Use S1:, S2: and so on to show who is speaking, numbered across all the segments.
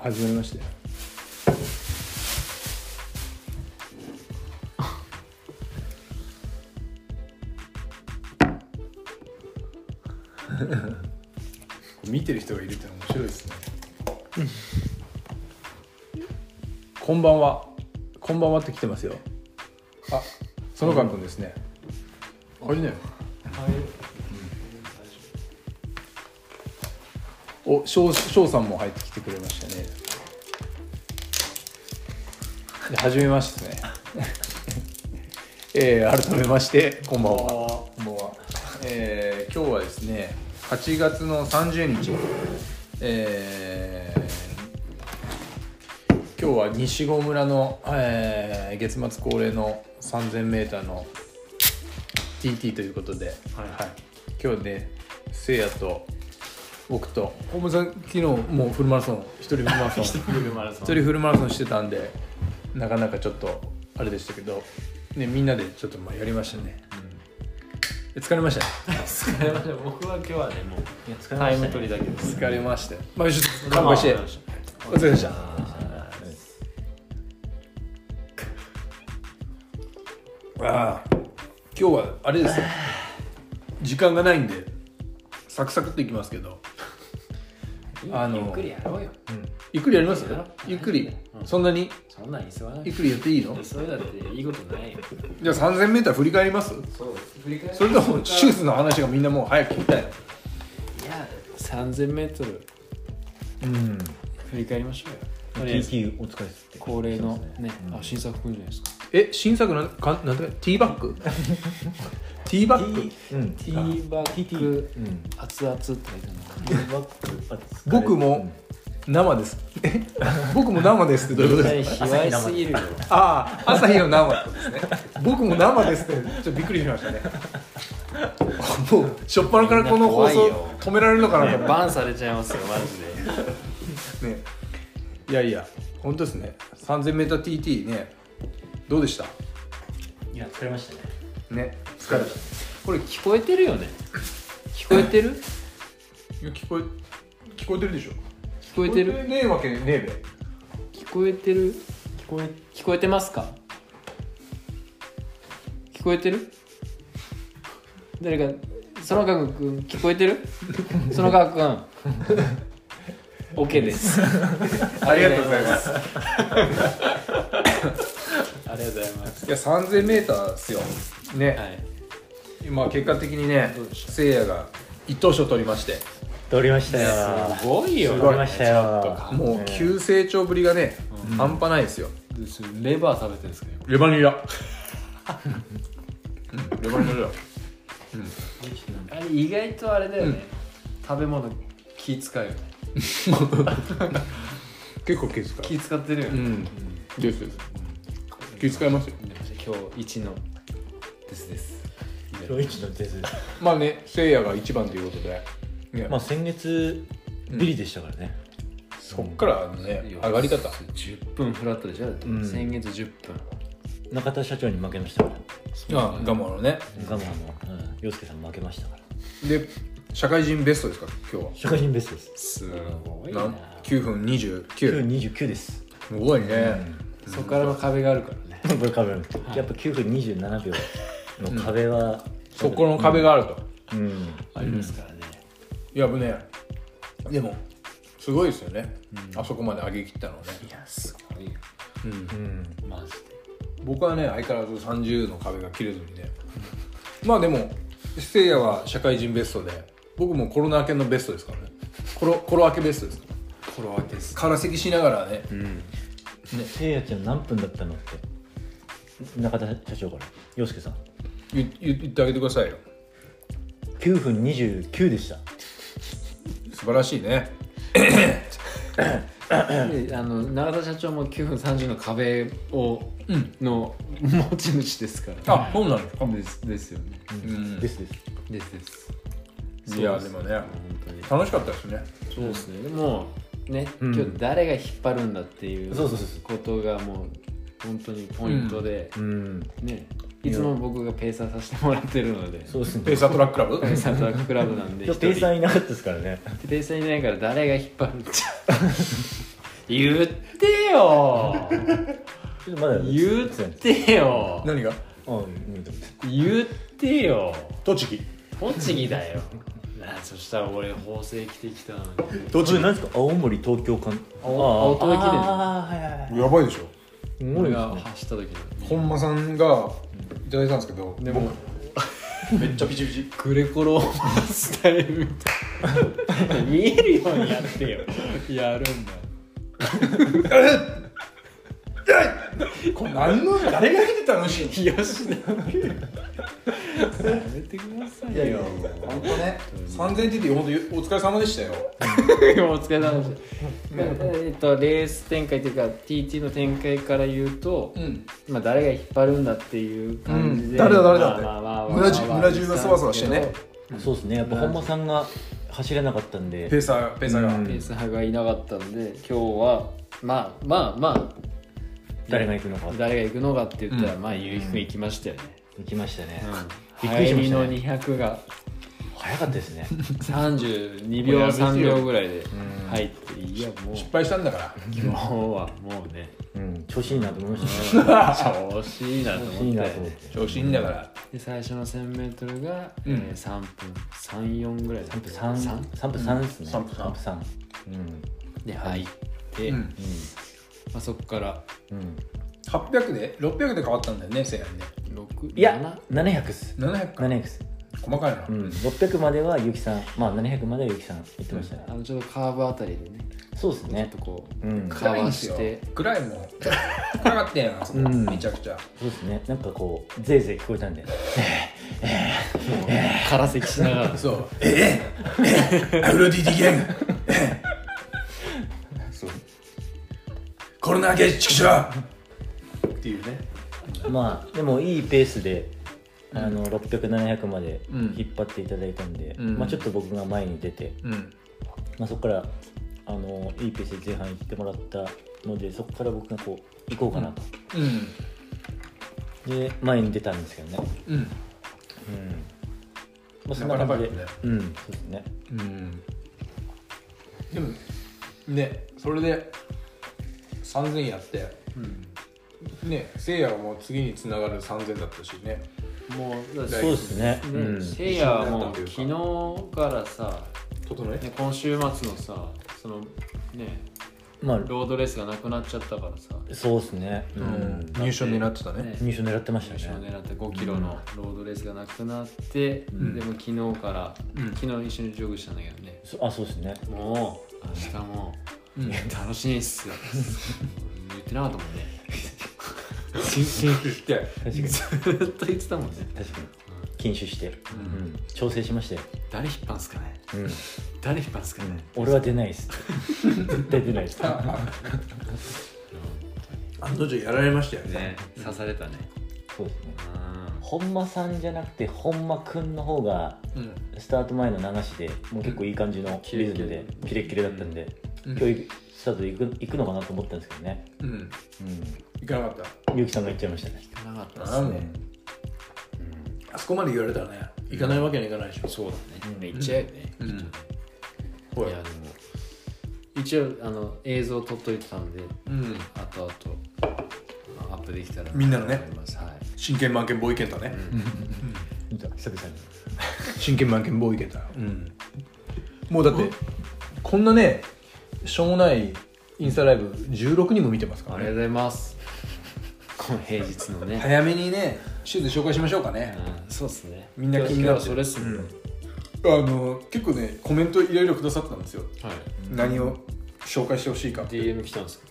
S1: 始まりましたよ見てる人がいるっての面白いですね。こんばんは。こんばんはって来てますよ。あ、園川君ですね。あれね。お、しょう、しょうさんも入ってきてくれましたね。で初めましてね。 えー、改めまして、こんばんは。
S2: こ
S1: こんばんはえー今日はですね8月の30日、えー今日は西郷村の、えー月末恒例の 3000m の TT ということで、
S2: はい
S1: 今日ねせいやと僕と本間さん昨日もうフルマラソン 一人フルマラソン
S2: 一人マ ラソン
S1: 一人フルマラソンしてたんでなかなかちょっとあれでしたけど、ね、みんなでちょっとまあやりましたね、で疲れましたね
S2: 疲れました僕は今日はねもう
S3: れま
S2: タイ
S3: したね
S2: ム取りだけです
S1: 疲れましたよまあちょっと乾杯してお疲れ様でしたああ今日はあれですよ時間がないんでサクサクっといきますけどあの
S3: ゆっくりやろうよ
S1: ゆっくりやりますゆっくりそんなに
S3: そんなん急がな
S1: ゆ
S3: い
S1: っくりやっていいの
S3: 急いだっていいことないよ
S1: じゃあ 3000m 振り返ります
S3: そう振り返
S1: それともシューズの話がみんなもう早く聞きたい
S3: いや 3000m
S1: うん
S3: 振り返りましょうよとりあえず
S2: TT お疲れっすって
S3: 恒例のねあ新作くんじゃないですか
S1: え新作なんかなんだっけティーバッ グティーバッグ
S2: うん
S3: ティーバッグ
S2: うん
S3: 熱々って書いて
S2: ティーバッグあ疲れ
S1: 僕も生ですえ僕も生ですってどういうこと
S3: あ
S1: で
S3: る
S1: すか
S3: の 卑猥すぎるよ
S1: ああ朝日の生ですね僕も生ですってちょっとびっくりしま したねもう初っ端からこの放送
S3: みんな怖いよ
S1: 止められるのかなと思っ
S3: バンされちゃいますよマジ
S1: て、
S3: で
S1: ね、いやいや本当ですね 3000mTT ねどうでした
S2: いや疲れましたね
S1: ね疲れた
S3: これ聞こえてるよね聞こえてる
S1: いや聞こえ聞こえてるでしょ聞
S3: 聞こえて
S1: こ
S3: る
S1: ねえわけねえ
S3: 聞こえてる
S2: 聞こえ
S3: 聞こえてますか聞こえてる誰か園川君聞こえてる園川君 OK です
S1: べありがとうございます
S3: ありがとうございます
S1: いや 3000m っすよね、
S3: はい
S1: まあ結果的にね
S3: どうでした
S1: せいやが一等賞取りまして
S2: 撮りましたよ
S3: すごいよ
S1: す
S2: 撮
S1: ごい
S2: りましたよ
S1: もう急成長ぶりがね、半端ないですよ
S3: レバー食べてるんですけど
S1: レバニラ、うん、レバニラだ よ
S3: あれ意外とあれだよね、食べ物気使うよね
S1: 結構気遣
S3: 気使ってるよ
S1: うう
S3: ね、
S1: んですです気遣いますよ
S3: でも今日一のですです
S2: 今日一のです
S1: まあねせいやが一番ということで、ね
S2: まあ先月ビリでしたからね
S1: そっからのね上がり方
S3: 10分フラットでしょ、
S2: ん
S3: 先月10分
S2: 中田社長に負けましたから
S1: あガモのね
S2: ガマのうん洋介さん負けましたから
S1: で社会人ベストですか今日は
S2: 社会人ベストです
S3: すごいな
S1: な9分
S2: 今
S1: 29
S2: 日29です
S1: すごいね、
S3: そこからの壁があるからね
S2: これ壁やっぱ9分27秒の壁は、
S1: そこの壁があると、
S2: うん
S3: ありますからね、
S1: いやぶねでもすごいですよね、あそこまで上げ切ったのはね、
S3: いやすごいよ
S1: うん
S2: うん
S3: マジで
S1: 僕はね相変わらず30の壁が切れずにねまあでもせいやは社会人ベストで僕もコロナ明けのベストですからねコロコロ明けベストですから
S3: これはです
S1: 空席しながらね、
S2: せいやちゃん何分だったのって中田社長から洋介さん
S1: 言言言ってあげてくださいよ
S2: 9分29でした
S1: 素晴らしいね
S3: であの永田社長も9分30の壁を、の持ち主ですから、
S1: あそうなんですか
S3: ですですよね
S1: うん
S2: ですです
S3: ですです
S1: いやでもね
S3: 本当に
S1: 楽しかったですね
S3: そうですねでもね、
S2: ん
S3: 今日誰が引っ張るんだっていう
S2: そうそうそうそ
S3: ことがもう本当にポイントで、
S2: うん
S3: ねいつも僕がペーサーさせてもらってるので
S2: そうです
S1: ペ
S2: ね
S1: ーサートラックラブ
S3: ペーサートラッククラブなんで
S2: 今
S3: 一
S2: 日ペ
S3: 人
S2: イさんいなかったですからね
S3: ペーサーいないから誰が引っ張るんじゃ言ってよ
S2: ちょっとまだ
S3: 言ってよ
S1: 何が
S2: あうんでも
S3: 言ってよ
S1: 栃木
S3: 栃木 だよなそしたら俺法政着てきたのに
S1: 栃
S2: それ何ですか青森東京間
S3: 青
S2: あー
S3: 青東駅伝
S2: あーはいはいはい
S1: やばいでしょ
S2: すごい
S3: 俺
S2: です
S3: が
S2: ね
S3: 走った時の
S1: 本間さんがいただいたんですけど
S3: でも
S1: 僕めっちゃピチピチ
S3: グレコロマスタイルみたいな見えるようにやって よやるんだ
S1: これ何の誰が来てたのし
S3: よしだやめてくださいよ
S2: いやいやいや
S1: 本当ね3000って本当お疲れ様でしたよ
S3: お疲れ様でしたえっとレース展開というか TT の展開から言うと、
S1: ん
S3: まあ、誰が引っ張るんだっていう感じで、
S1: うん誰だ誰だって
S3: まあまあまあまあ
S1: 村中村中がそわそわしてね
S2: そうですねやっぱ本間さんが走れなかったんで
S1: ペーサーペーサーが、
S2: う
S3: ペース派がいなかったんで今日はまあまあま
S2: 誰が行くのか
S3: あ誰が行くのかって言ったら、
S1: う
S3: まあゆうひくん行きましたよね、
S2: 行きましたね
S3: う
S2: びっくりしましたね
S3: の200が
S2: 早かったです ね
S3: 32秒3秒ぐらいで入っていやもう
S1: 失敗したんだから
S3: 今日はもうね
S2: うん調子いいなと思いましたね
S3: 調子いいなと
S2: 調子い
S3: 思
S2: い
S3: っ
S2: な
S3: て
S2: と思って
S1: 調子いいんだから、
S3: で最初の 1000m が、
S1: うん
S3: えー3分34ぐらい
S2: 3分
S3: 3
S2: 3三分3ですね
S1: 三分三
S2: 三うん
S3: で入って、
S1: うん、
S3: まあ、そこから
S2: うん
S1: 800で600で変わったんだよねせいやにね
S3: 6
S2: いや700っす
S1: 700か
S2: 700っす
S1: 細かいな、
S2: うん600まではゆきさんまあ700まではゆきさん行ってましたね
S3: あのちょっとカーブあたりでね
S2: そうです
S3: ちょっ
S2: ね
S3: とこう、
S2: うん
S3: か
S1: 暗いんですよ
S3: かわして
S1: 暗いもん暗かったやんあそこ、
S2: うん
S1: めちゃくちゃ
S2: そうですねなんかこうぜいぜい聞こえたんで
S3: 空席しながら
S1: そうええええアフロディティギャングええそうコロナ明け畜生っていうね
S2: まあでもいいペースで、あの600700まで
S1: うん
S2: 引っ張っていただいたんで、
S1: うん
S2: まあ、ちょっと僕が前に出て、
S1: うん
S2: まあ、そこからあのいいペースで前半行ってもらったのでそこから僕がこう行こうかなと、
S1: うん
S2: で前に出たんですけどね、
S1: うん
S2: うんまあ、そんな感じで、
S1: なかなか
S2: うんそうですね
S1: うんでもねそれで3000やってねせいやはもう次につながる3000だったしね
S3: もうだ
S1: は
S3: か
S1: い
S2: そうですね、
S3: ら
S2: う
S3: ね
S2: ん、
S3: せいやはもう昨日からさ、
S1: 整え
S3: ね、今週末のさそのね
S2: まあ
S3: ロードレースがなくなっちゃったからさ
S2: そうですね、う
S1: うんん入賞狙ってたね
S3: ね
S2: 入賞狙ってまし
S3: 優
S2: た
S3: 勝を
S2: ね
S3: 狙って5キロのロードレースがなくなって、
S1: ん
S3: でも昨日から、
S1: うん
S3: 昨日一緒にジョグしたんだけどね
S2: そあそうですね
S3: もう明日も
S1: うん
S3: 楽しみっすよ言ってなかったもんね
S1: 新進って言って
S2: 確かに
S3: ずっと言ってたもんね
S2: 確かに禁酒して、
S3: ん
S2: うん調整しましたよ、
S3: 誰引っ張んすかね
S2: うん
S3: 誰引っ張んすかね、
S2: 俺は出ないです 絶対出ないです
S1: 案の定やられましたよね
S3: ね刺されたね
S2: そうですね
S3: うん
S2: 本間さんじゃなくて本間くんの方が
S1: うん
S2: スタート前の流しでもう結構いい感じの
S3: キレ
S2: リ
S3: ッ
S2: ズ
S3: キレ
S2: ムでキレッキレだったんで、
S1: うん
S2: 今日スタート行く行くのかなと思ったんですけどね、
S1: うんいかなかっ
S2: うん、ゆうきさんが行っちゃいましたね
S3: 行かなかった
S1: た
S3: っすね
S1: あそこまで言われたらね行かないわけにはいかないでしょ
S3: そうだね行っちゃうよね、
S1: うん
S3: きっとね
S1: ほ
S3: い
S1: ら
S3: やでも一応あの映像撮っといてたんで
S1: うん
S3: 後々まあアップできたら
S1: みんなのね
S3: と思いますはい
S1: 真剣満剣ボーイケンタね
S2: 見た久々に
S1: 真剣満剣ボーイケンタうんもうだってこんなねしょうもないインスタライブ16人も見てますか
S3: あ
S1: ら
S3: りがと
S1: ね
S3: うございます。この平日のね。
S1: 早めにねシューズ紹介しましょうかね
S3: うんそうですね。
S1: みんな気になってる
S3: 今日はそれっすね。
S1: うんあの結構ねコメントいろいろくださったんですよ
S3: は
S1: 何を紹介してほしいかっ
S3: い。
S1: て
S3: DM 来たんですか。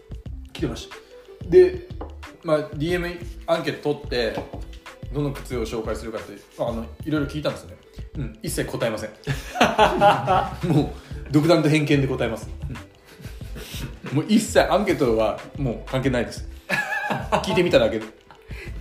S1: 来てましたで、まあ、DM アンケート取ってどの靴を紹介するかってあのいろいろ聞いたんですよね、うん、一切答えません もう独断と偏見で答えますもう一切アンケートはもう関係ないです聞いてみただけで、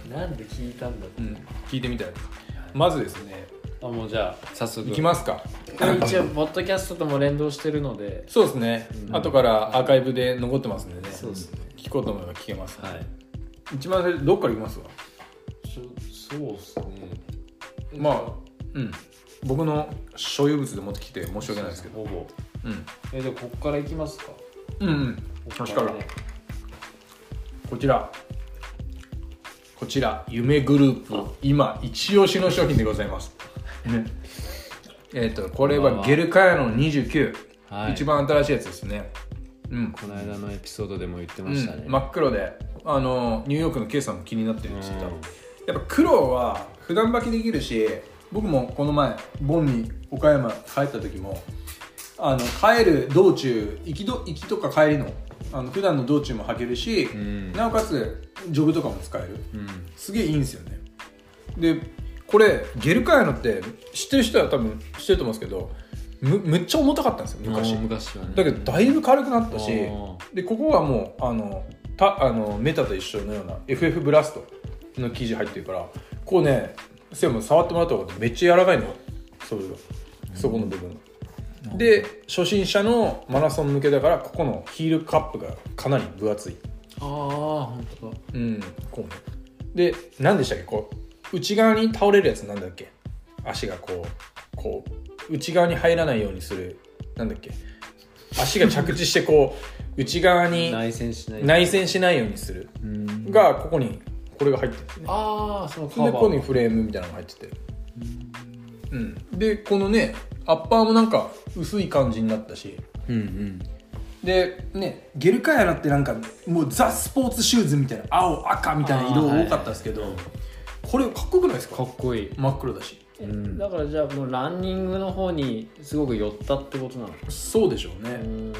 S3: なんで聞いたんだって
S1: うん、聞いてみただけですまずですね
S3: あもうじゃあ早速。
S1: いきますか
S3: これ一応ポッドキャストとも連動してるので。
S1: そうですね、後からアーカイブで残ってますんでね
S3: そうですね
S1: 聞こうと思えば聞けます、
S3: はい。
S1: 一番最初どっからいきますわ
S3: そうっすね。
S1: まあうん僕の所有物で持ってきて申し訳ないですけど、
S3: ほぼ。
S1: うん、
S3: えでここから行きますか。
S1: うんうん確かにこちらこちら夢グループ今一押しの商品でございますえっとこれはゲルカヤの29、
S3: はい
S1: 一番新しいやつですねうん
S3: この間のエピソードでも言ってましたね、
S1: うん、真っ黒であのニューヨークの K さんも気になってるって言ってたやっぱ黒は普段履きできるし僕もこの前ボンに岡山帰った時もあの帰る道中行きど行きとか帰りのあの普段の道中も履けるし、
S3: ん
S1: なおかつジョグとかも使える
S3: うん
S1: すげえいいんですよねでこれゲルカヤのって知ってる人は多分知ってると思うんですけどむめっちゃ重たかったんですよ昔
S3: 昔昔はね
S1: だけどだいぶ軽くなったし
S3: あ
S1: でここはもうあのたあのメタと一緒のような FF ブラストの生地入ってるからこうねセも触ってもらった方がめっちゃ柔らかいのそれがそこの部分が、で初心者のマラソン向けだからここのヒールカップがかなり分厚い
S3: あ本当だ
S1: うんこうねで何でしたっけこう内側に倒れるやつなんだっけ足がこうこう内側に入らないようにするなんだっけ足が着地してこう内側に
S3: 内戦しない
S1: 内旋しないようにする
S3: うん
S1: がここにこれが入ってるんですね
S3: ああその
S1: それでここにフレームみたいなのが入っててうんでこのねアッパーもなんか薄い感じになったし
S3: うんうん
S1: でねゲルカヤラってなんかもうザ・スポーツシューズみたいな青赤みたいな色
S3: あーはい
S1: 多かったですけど、これかっこよくないです
S3: か
S1: か
S3: っこいい
S1: 真っ黒だし
S3: うん
S2: だからじゃあもうランニングの方にすごく寄ったってことなの
S1: そうでしょうね
S2: ん
S1: うん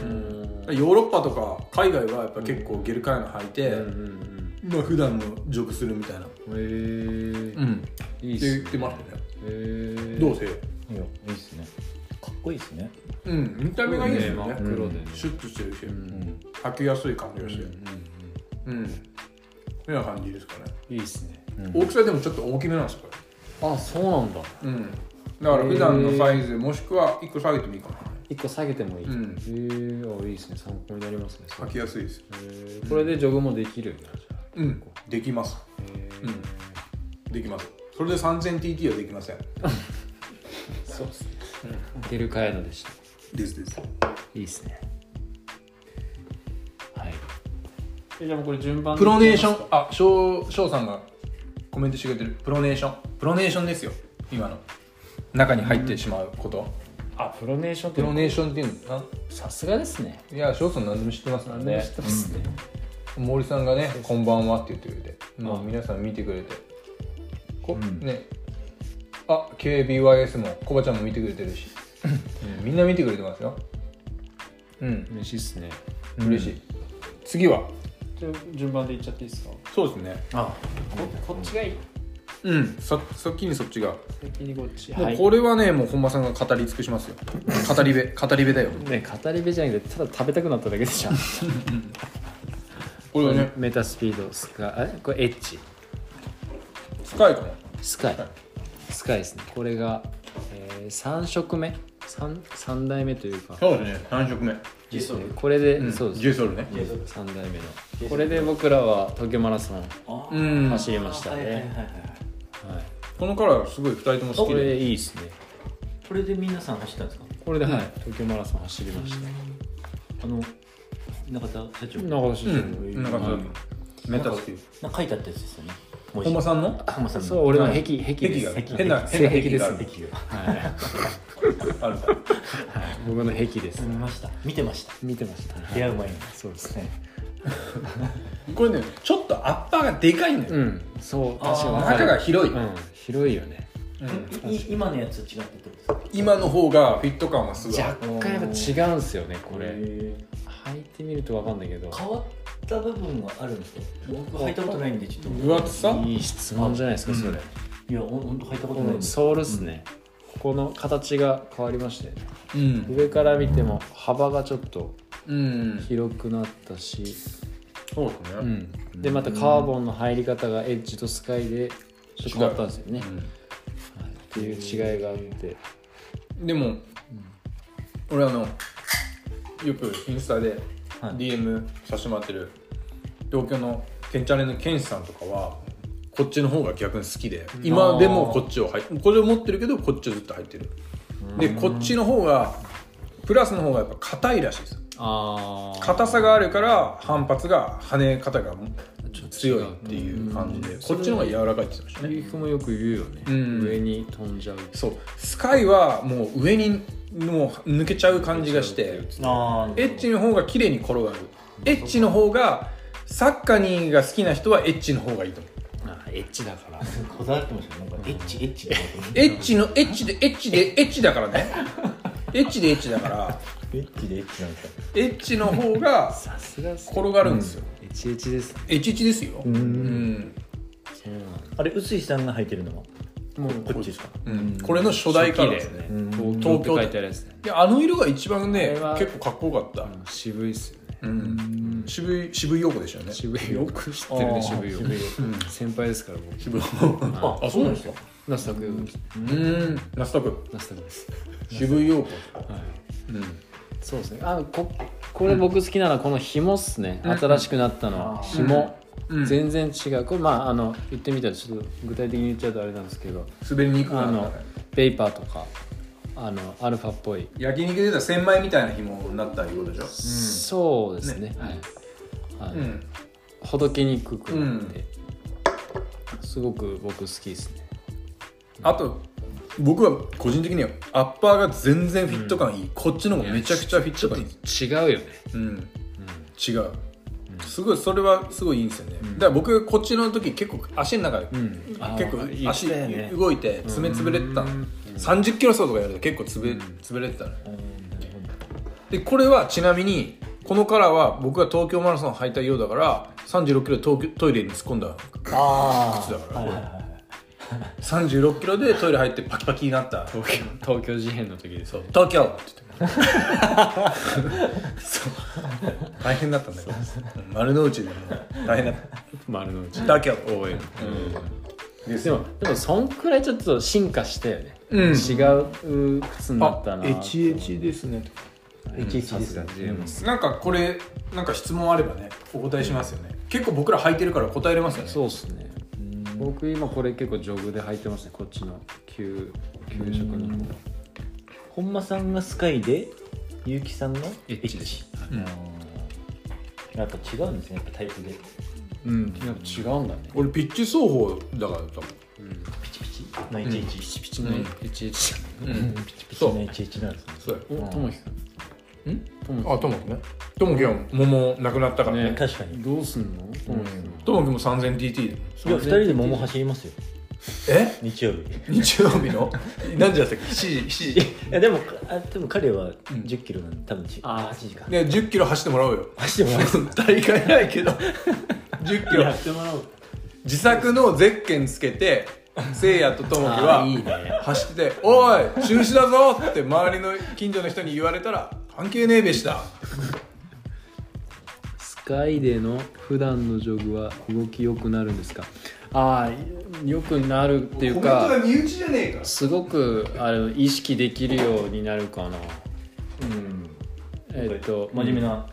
S1: ヨーロッパとか海外はやっぱ結構ゲルカヤラ履いて、
S3: うんうん
S1: まあ普段のジョグするみたいな
S3: うんへ
S1: うんって
S3: えいい
S1: 言
S3: っす
S1: っ
S3: ね
S1: てましたね
S3: へえ
S1: どうせよ
S2: いやいいっすねかっこいいっすね
S1: うん見た目がいいですよね
S3: 真っ黒でね
S1: シュッとしてるし、
S3: うん
S1: 履きやすい感じがして
S3: うんうん
S1: うん、みたいな感じですかね、
S3: いいっすね
S1: 大きさでもちょっと大きめなんですよこ
S2: あそうなんだ
S1: れうんだから普段のサイズもしくは1個下げてもいいかな
S2: 一個下げてもいい、
S1: うん
S3: へえあいいっすね参考になりますね
S1: 履きやすいです
S3: へーこれでジョグもできるようになるじゃん
S1: うんできます
S3: へー
S1: うんできますそれで 3000TT はできません
S2: そうっすね
S3: ゲルカヤノでした
S1: ですです
S3: いいっすねはい
S2: えじゃあもうこれ順番
S1: プロネーションあしょうしょうさんがコメントしてくれてるプロネーションプロネーションですよ今の中に入ってしまうこと、
S2: あプロネーションって
S1: プロネーションっていうのか
S2: さすがですね
S1: ないや翔さん何でも知ってますから
S2: 何でも知ってますね、
S1: 森さんがね「こんばんは」って言ってくれて、まあ、皆さん見てくれてこ、ねあ KBYS もコバちゃんも見てくれてる し、うんみんな見てくれてますようん
S3: 嬉しいっすね
S1: 嬉しい、次は
S2: じゃあ順番でいっちゃっていいですかこ
S1: そうですね
S3: あ
S2: こっちがいい
S1: うんさ先にそっちが、
S2: 先にこっち
S1: も
S2: は
S1: う
S2: い
S1: これはねもう本間さんが語り尽くし ますよ語り部語り部だよ
S3: ね語り部じゃなくてただ食べたくなっただけでしょ
S1: これはね
S3: メタスピードスカイえこれエッジ
S1: 深いかな
S3: スカイスカイですねこれが、え3色目 3, 三代目というか、
S1: そうですね3色目、
S3: えーこれで、
S1: うん、
S3: そうです
S1: ジェイソルね
S3: 3代目のこれで僕らは東京マラソン、
S1: うん
S3: 走りましたね
S2: はいはいはいはい
S3: はい、
S1: このカラーすごい2人とも好
S3: こ
S1: きで
S3: れいいですね
S2: これで皆さん走ったんですか
S3: これで、はい東京マラソン走りました、
S2: あの中田社長な
S3: 中田
S1: う
S3: 選手もいい
S1: んなんかそういうのメタ好き
S2: んか書いてあったやつですよね文字
S1: 本間さんの
S2: 本間さんの
S3: そう俺の
S1: は
S3: 壁
S1: い
S3: 壁
S1: 壁
S3: です
S1: が変な変な
S3: 性
S1: 壁
S3: 癖
S1: がある
S3: です
S2: 壁が
S1: ある
S3: 僕の壁です、
S2: 見ました見てました
S3: 見てました、
S2: 出会う前に
S3: そうですね
S1: これねちょっとアッパーがでかいんだよ、
S3: うんそう確かにわかる
S1: 中が広い、
S3: うん広いよね
S2: いい今のやつ違ってってことで
S1: 今の方がフィット感はすごい
S3: 若干やっぱ違うんすよねこ
S2: すか
S3: れ履いてみるとわかんないけど
S2: 変わった部分はあるんですか僕履いたことないんでちょっと
S1: 分厚さ
S3: いい質問じゃないですかそれ、
S2: いやほんほんと履いた
S3: こ
S2: ことないん
S3: の
S2: で
S3: ソールっすね、ここの形が変わりまして
S1: うん、
S3: 上から見ても幅がちょっと
S1: うん、
S3: 広くなったし、
S1: そうですね、
S3: でまたカーボンの入り方がエッジとスカイでちょっと変わったんですよね、はいっていう違いがあって
S1: でも、俺あのよくインスタで DM させてもらってる東京のケンチャレのケンシさんとかはこっちの方が逆に好きで今でもこっちを入っこれを持ってるけどこっちをずっと入ってるでこっちの方がプラスの方がやっぱ硬いらしいですよ
S3: ああ
S1: 硬さがあるから反発が跳ね方が強いっていう感じで
S3: うん
S1: こっちの方が柔らかいって言ってましたね
S3: ゆうきくんもよく言うよね、
S1: うん
S3: 上に飛んじゃう
S1: そうスカイはもう上にもう抜けちゃう感じがして
S2: あ
S1: エッチの方が綺麗に転がるエッチの方がサッカーにが好きな人はエッチの方がいいと思う
S3: あエッチだから
S2: こだわってましたねなんかエッチエッチ
S1: エッチのエッチでエッチでエッチだからねエッチでエッチだから
S2: エッチでエッチなんですか
S1: エッチの方が
S3: さすがっす
S1: 転がるんですよ、
S3: エッチエッチですね
S1: エッチエッチですようんん、
S2: あれ臼井さんが履いてるのは
S4: もう
S2: こっちですか
S1: うんこれの初代からです
S3: 初期
S1: ね
S3: だよね
S2: うん
S3: 東京って書いてあるやつだよね
S1: いやあの色が一番ね
S4: あれは
S1: 結構かっこよかった、
S3: うん渋いっすよね
S1: うん渋い渋い陽子でしたよね
S3: 渋いよく知ってるね渋いよ先輩ですから僕
S1: 渋い陽子あ そうなんですか
S4: ナスタク
S1: うんナスタク
S3: ナスタです
S1: 渋い陽子
S3: そうですね
S4: あのこ
S3: これ僕好きなのはこの紐っすね
S1: うん
S3: 新しくなったの
S4: う
S3: は
S4: ん
S3: 紐
S1: うん
S3: 全然違うこれまああの言ってみたらちょっと具体的に言っちゃうとあれなんですけど
S1: 滑りにくく
S3: あ
S1: なった
S3: の
S1: ね
S3: ベイパーとかあのアルファっぽい
S1: 焼肉で言うたら千枚みたいな紐になったいうことでしょ
S3: そうですねはいあの
S1: ん
S3: ほどけにくくなってすごく僕好きですね
S1: あと僕は個人的にはアッパーが全然フィット感いい、こっちの方がめちゃくちゃフィット感いい
S3: 違うよね
S1: うん違う、すごいそれはすごいいいんですよね、だから僕こっちの時結構足の中で、
S3: んあー
S1: 結構
S3: いい
S1: 足
S2: だよね
S1: 動いて爪潰れてたの、3 0キロ走とかやると結構潰,、潰れてたのでこれはちなみにこのカラーは僕が東京マラソン履いたようだから3 6キロ東京トイレに突っ込んだ
S2: あ
S1: 靴だから、3 6キロでトイレ入ってパキパキになった
S3: 東京東京事変の時です
S1: そう東京って言って そう大変だったんだけど丸の内でも大変だった
S3: 丸の内
S1: 東京
S3: 応援でもでもそんくらいちょっと進化したよね、
S1: うん
S3: 違う靴になったな
S1: ですね
S2: エッチエッチです
S3: さ
S2: か
S3: すが JM
S1: なんかこれなんか質問あればねお答えしますよね結構僕ら履いてるから答えれますよね
S3: そうっすね僕今これ結構ジョグで履いてますねこっちの給給食の方
S2: 本間さんがスカイで結城さんの
S3: エッチでし
S1: うん
S2: やっぱ違うんですねやっぱタイプで
S3: うんなんか違うんだね
S1: 俺ピッチ走法だから多分
S2: ピチピチのエッチエッ
S3: ピチピ
S2: チ
S3: チのエッチエッチ
S2: ピチピチのエッチエッチなんですね
S1: そう
S3: おともひく
S1: やん
S3: とも
S1: あともきねともきは桃なくなったからね
S3: ね
S2: 確かに
S3: どうすんのともひくん
S1: ともきも 3000TT
S2: いや二人で桃走りますよ
S1: え
S2: 日曜日い
S1: 日曜日の何時だったっけ7時7時
S2: やでもあでも彼は
S1: ん
S2: 1 0キロなんで多分ち
S3: あー
S2: 8時か
S1: ね1 0キロ走ってもらおうよ
S2: 走ってもらう
S1: 大会ないけど10キロ
S2: ってもらおう
S1: 自作のゼッケンつけてせいやとともきは走ってて「おい中止だぞ!」って周りの近所の人に言われたら「関係ねえべした
S3: スカイデの普段のジョグは動き良くなるんですかああ良くなるって」いうか
S1: 身内じゃねえか
S3: すごくあの意識できるようになるかな
S2: うん
S3: えっと
S2: 真面目な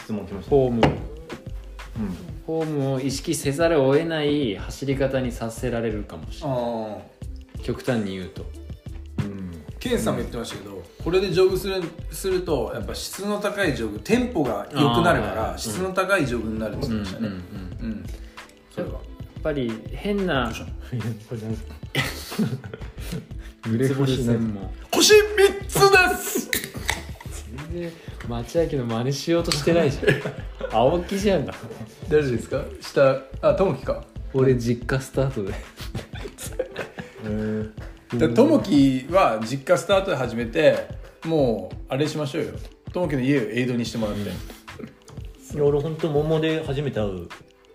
S2: 質問来ました、
S3: フォーム、フォームを意識せざるを得ない走り方にさせられるかもしれな
S1: あ
S3: い極端に言うと
S2: うん
S1: あケンさんも言ってましたけどこれでジョグするするとやっぱ質の高いジョグテンポが良くなるか
S3: あー
S1: ら質の高いジョグになるって言ってましたね
S3: やっ
S1: うんそれは
S3: ぱり変な
S2: これなんですか
S3: 腕星線も
S1: 星3つです
S3: 全然町明の真似しようとしてないじゃん青木じゃんだ
S1: 誰ですか下あともきか
S3: 俺実家スタートで
S2: うん
S1: でともきは実家スタートで始めてもうあれしましょうよともきの家をエイドにしてもらって、
S2: いや俺本当桃で初めて会う、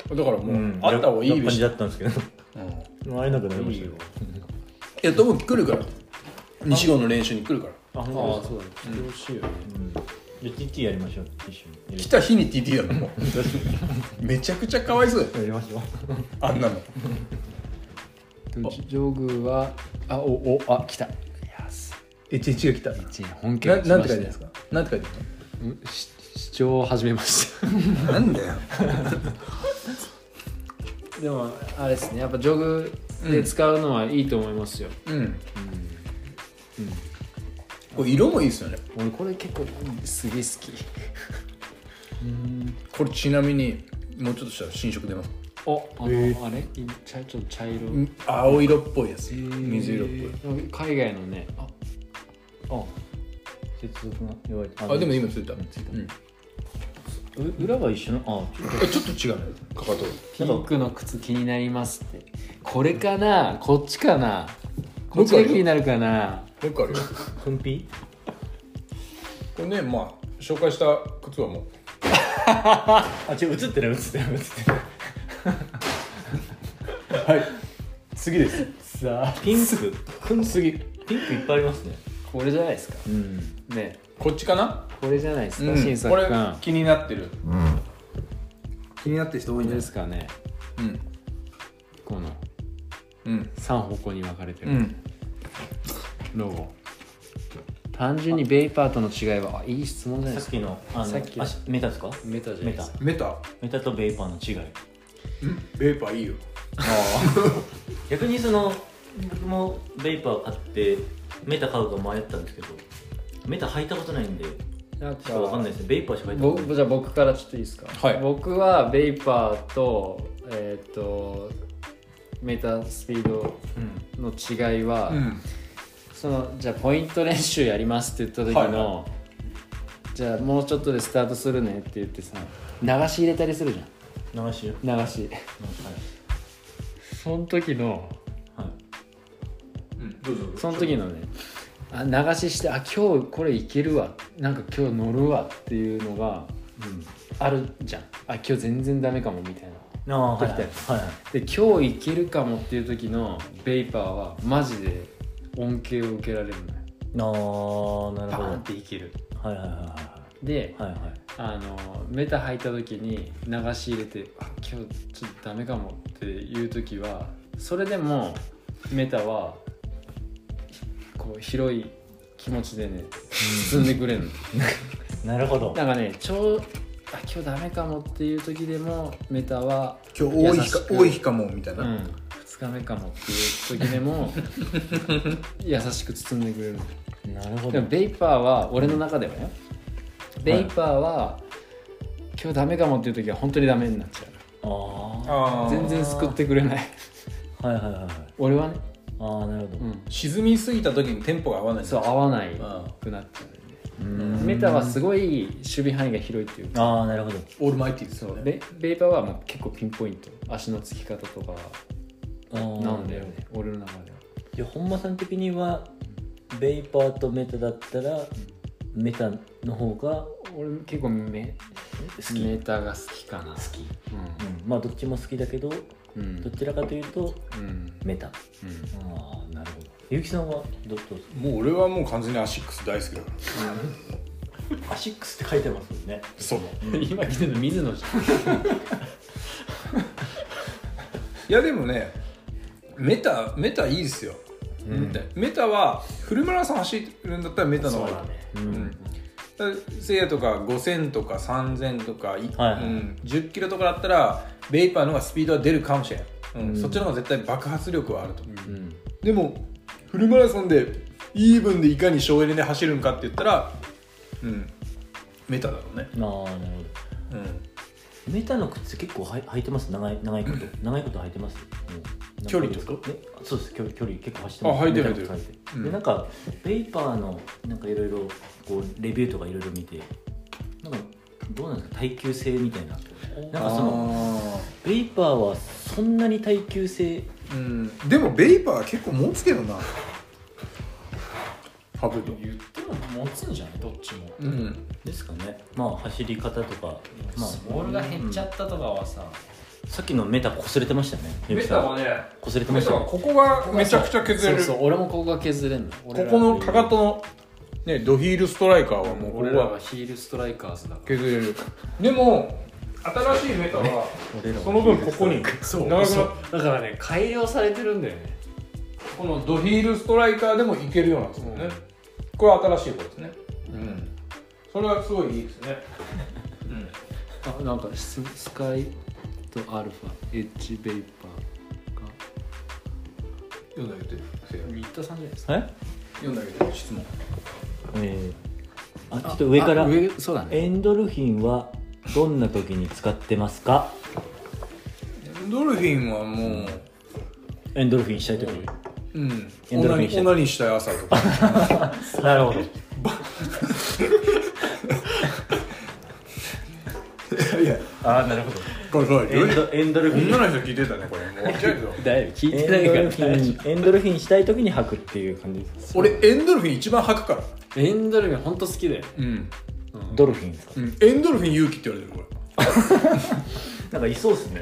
S1: だからもう、
S2: うん、
S1: あった方がいい
S2: 感
S1: べ
S2: じ
S1: し
S2: だったんですけど
S1: うんい
S2: 会えなくなりましたよ
S1: やともき来るから西郷の練習に来るから
S2: あ本当ですか
S3: うだねどうしよ
S2: じゃあ TT やりましょう一緒に
S1: 来た日に TT だもんもう めちゃくちゃかわいそうだよ
S2: やりましょう
S1: あんなの
S3: うジョグはあおおあ来たいやす
S1: 11が来
S3: 一位本
S1: た
S3: 家
S1: な
S3: が
S1: なん
S3: 来ました
S1: て書いてあるんですかなんて書いて
S3: うんし視聴を始めました
S1: あるなんだよ
S3: でもあれですねやっぱジョグで使うのはいいと思いますよ、
S1: うんこれ色もいいですよね
S3: 俺これ結構すげえ好き
S1: これちなみにもうちょっとしたら新色出ます
S3: おあの、
S2: え
S3: あれ今茶ちょっと茶色、
S1: うん青色っぽいやつ水色っ
S3: 海外のねあ
S2: あ接続が弱い
S1: ぽいあでも今ついた、うん、
S2: ついた
S1: え
S2: う裏が一緒なあちょっ
S1: ちょっと違うねかかと
S3: ピンクの靴気になりますってこれかなこっちかなこっち
S1: 僕は
S3: が
S1: よ
S3: 気になるかな
S1: もう一個あるよ
S2: と粉皮
S1: これねまあ紹介した靴はもう
S2: あ違う映ってない映ってない映ってない
S1: はい次です
S2: さあピンク
S3: くんすぎ
S2: ピンクいっぱいありますね
S3: これじゃないですか
S2: うん
S3: ね
S1: こっちかな、
S3: これじゃないですか、
S1: うん
S3: 新作
S1: これ
S3: 感
S1: 気になってる、気になってる人多
S3: こ
S1: いん
S3: れ
S1: じゃ
S3: で
S1: ないです
S3: すかね
S1: かうん
S3: この
S1: うん
S3: 3方向に分かれて
S1: う
S3: る
S1: ん
S3: ロゴ、単純にベイパーとの違いはあいい質問じゃない
S2: さ
S3: で
S2: っ
S3: すか
S2: きのあの
S3: さっきの
S2: あしメタですか
S3: メタじゃない
S2: メ
S3: で
S2: タ
S3: すか
S1: メタ
S2: メタとベイパーの違い
S1: ベーパーいいよ
S2: 逆にその僕もベイパー買ってメタ買うか迷ったんですけどメタ履いたことないんで
S3: なん
S2: しかわかんないですねベイパーしか履いたことない
S3: 僕じゃあ僕からちょっといいですか、
S1: はい
S3: 僕はベイパーとえーっ、とメータースピードの違いは、
S1: うん
S3: そのじゃあポイント練習やりますって言った時の、じゃあもうちょっとでスタートするねって言ってさ流し入れたりするじ
S2: うん流しよ
S3: ゃん流しその時の
S2: はい、はい
S1: うんどうぞどうぞ
S3: その時のねあ流ししてあ今日これいけるわなんか今日乗るわっていうのが
S2: うん
S3: あるじゃんあ今日全然ダメかもみたいな
S2: ああはいはい
S3: でき
S2: はいはい
S3: で今日いけるかもっていう時のベイパーはマジで恩恵を受けられるのよ
S2: あーなる
S3: バ
S2: ほど
S3: ーンっていける
S2: はいはいはい
S3: で
S2: はいはいはい
S3: あのメタ履いた時に流し入れてあ今日ちょっとダメかもっていう時はそれでもメタはこう広い気持ちでね進んでくれるの
S2: なるほど
S3: なんかねちょうあ今日ダメかもっていう時でもメタは
S1: 今日多い日か
S3: 優しく
S1: 多い日かもみたいうな、
S3: ん、2日目かもっていう時でも優しく包んでくれる
S2: なるほ
S3: で
S2: ど
S3: もベイパーは俺の中ではね、ベイパーは今日ダメかもっていう時は本当にダメになっちゃ
S2: あ
S1: あ
S3: う
S1: ー
S3: 全然救ってくれない
S2: あはいはいはいはい
S3: 俺はね、
S2: ああなるほ
S3: う
S2: ど
S3: ん、
S1: 沈みすぎた時にテンポが合わない
S3: そう合わない
S1: あ
S3: くなっちゃうんで、
S2: うん
S3: メタはすごい守備範囲が広いっていうか
S2: ああなるほど
S1: オールマイティーです
S3: そ
S1: よ
S3: う
S1: ね
S3: ベベイパーはもう結構ピンポイント足のつき方とか
S2: あー
S3: なんだよね俺の中では
S2: じゃあ本間さん的にはベイパーとメタだったらメタの方が
S3: 俺結構メ
S2: き
S3: メーターが好きかな
S2: 好き、うん、まあどっちも好きだけど
S3: うんうん
S2: どちらかというと
S3: うん
S2: メタあ
S3: うん
S2: あなるほどゆきさんはどどうですか
S1: もう俺はもう完全にアシックス大好きだから
S2: アシックスって書いてますもんね
S1: そう
S3: 今来てるの水野じゃん
S1: いやでもねメタメタいいですよ、メタメタはフルマラソン走るんだったらメタの方がいい
S2: うん
S1: うん、せいやとか5000とか3000とか、い
S2: はいはい
S1: うん、10キロとかだったらベイパーの方がスピードは出るかもしれない、うん
S2: うん
S1: そっちの方が絶対爆発力はあると思う、
S3: うん
S1: でもフルマラソンでイーブンでいかに省エネで走るんかって言ったらうんメタだろうね、
S2: ああなるほど
S1: うん、
S2: メタの靴結構はい履いてます長い 長いこと長いこと履いてます、うん
S1: 距離ってこと
S2: ねそうです距離距離結構走ってます
S1: あ履いてる
S2: メタの
S1: 履い
S2: 靴履いて
S1: るうん
S2: でなんかベイパーのなんかいろいろこうレビューとかいろいろ見てなんかどうなんですか耐久性みたいななんかその
S1: あ
S2: ベイパーはそんなに耐久性
S1: ーうん、でもベイパーは結構持つけどなハブと
S3: 言っても持つんじゃないどっちも
S1: うん
S2: ですかねまあ走り方とか、ま
S3: スモールが減っちゃ
S2: う
S3: ったとかはさ
S2: んさっきのメタ擦れてましたねゆ
S1: メ
S2: きさ
S1: タ
S2: ん
S1: はね
S2: 擦れてま
S1: メ
S2: した
S1: タ
S2: ね
S1: はここがめちゃくちゃ削れ
S3: そう
S1: る
S3: そう俺もここが削れんの俺
S1: こ
S3: ら
S1: このかかとの、ね、ドヒールストライカーはもうこ
S3: 俺
S1: こ
S3: らが
S1: は
S3: ヒールストライカーズだから
S1: 削れるでも新しいメタはその分ここに
S3: そう
S1: 長くなっ
S3: だからね改良されてるんだよね
S1: このドヒールストライカーでもいけるようなんですよね、これは新しい方ですねうんそれはすごいいいですね
S3: あなんかススカイとアルファエッジベイパーが
S1: 読んであげて
S3: 新田さんじゃないですか
S2: え
S1: 読んであげて質問
S2: えーあちょっと上から
S4: あ上そうだね
S2: エンドルフィンはどんな時に使ってますか
S1: ドルフィンはもう
S2: エンドルフィンしたい時
S1: うん
S2: エンドルフィンして
S1: オナニオナニーしたい朝とか
S2: なるほど
S1: いや
S2: ああなるほど
S1: これこれ
S2: エンドエンドルフィン
S1: 女の人聞いてたねこれもう終わっちゃうけど
S3: だいぶ聞いて
S2: エン
S3: な
S2: ドル
S3: い
S2: フ
S3: から大丈
S2: ィンエンドルフィンしたい時に吐くっていう感じです
S1: 俺エンドルフィン一番吐くから
S3: 夫エンドルフィン本当好きだよ
S1: うん、
S2: ドルフィンですか
S1: うん、エンドルフィン勇気って言われてるこれ
S2: なんかいそうですね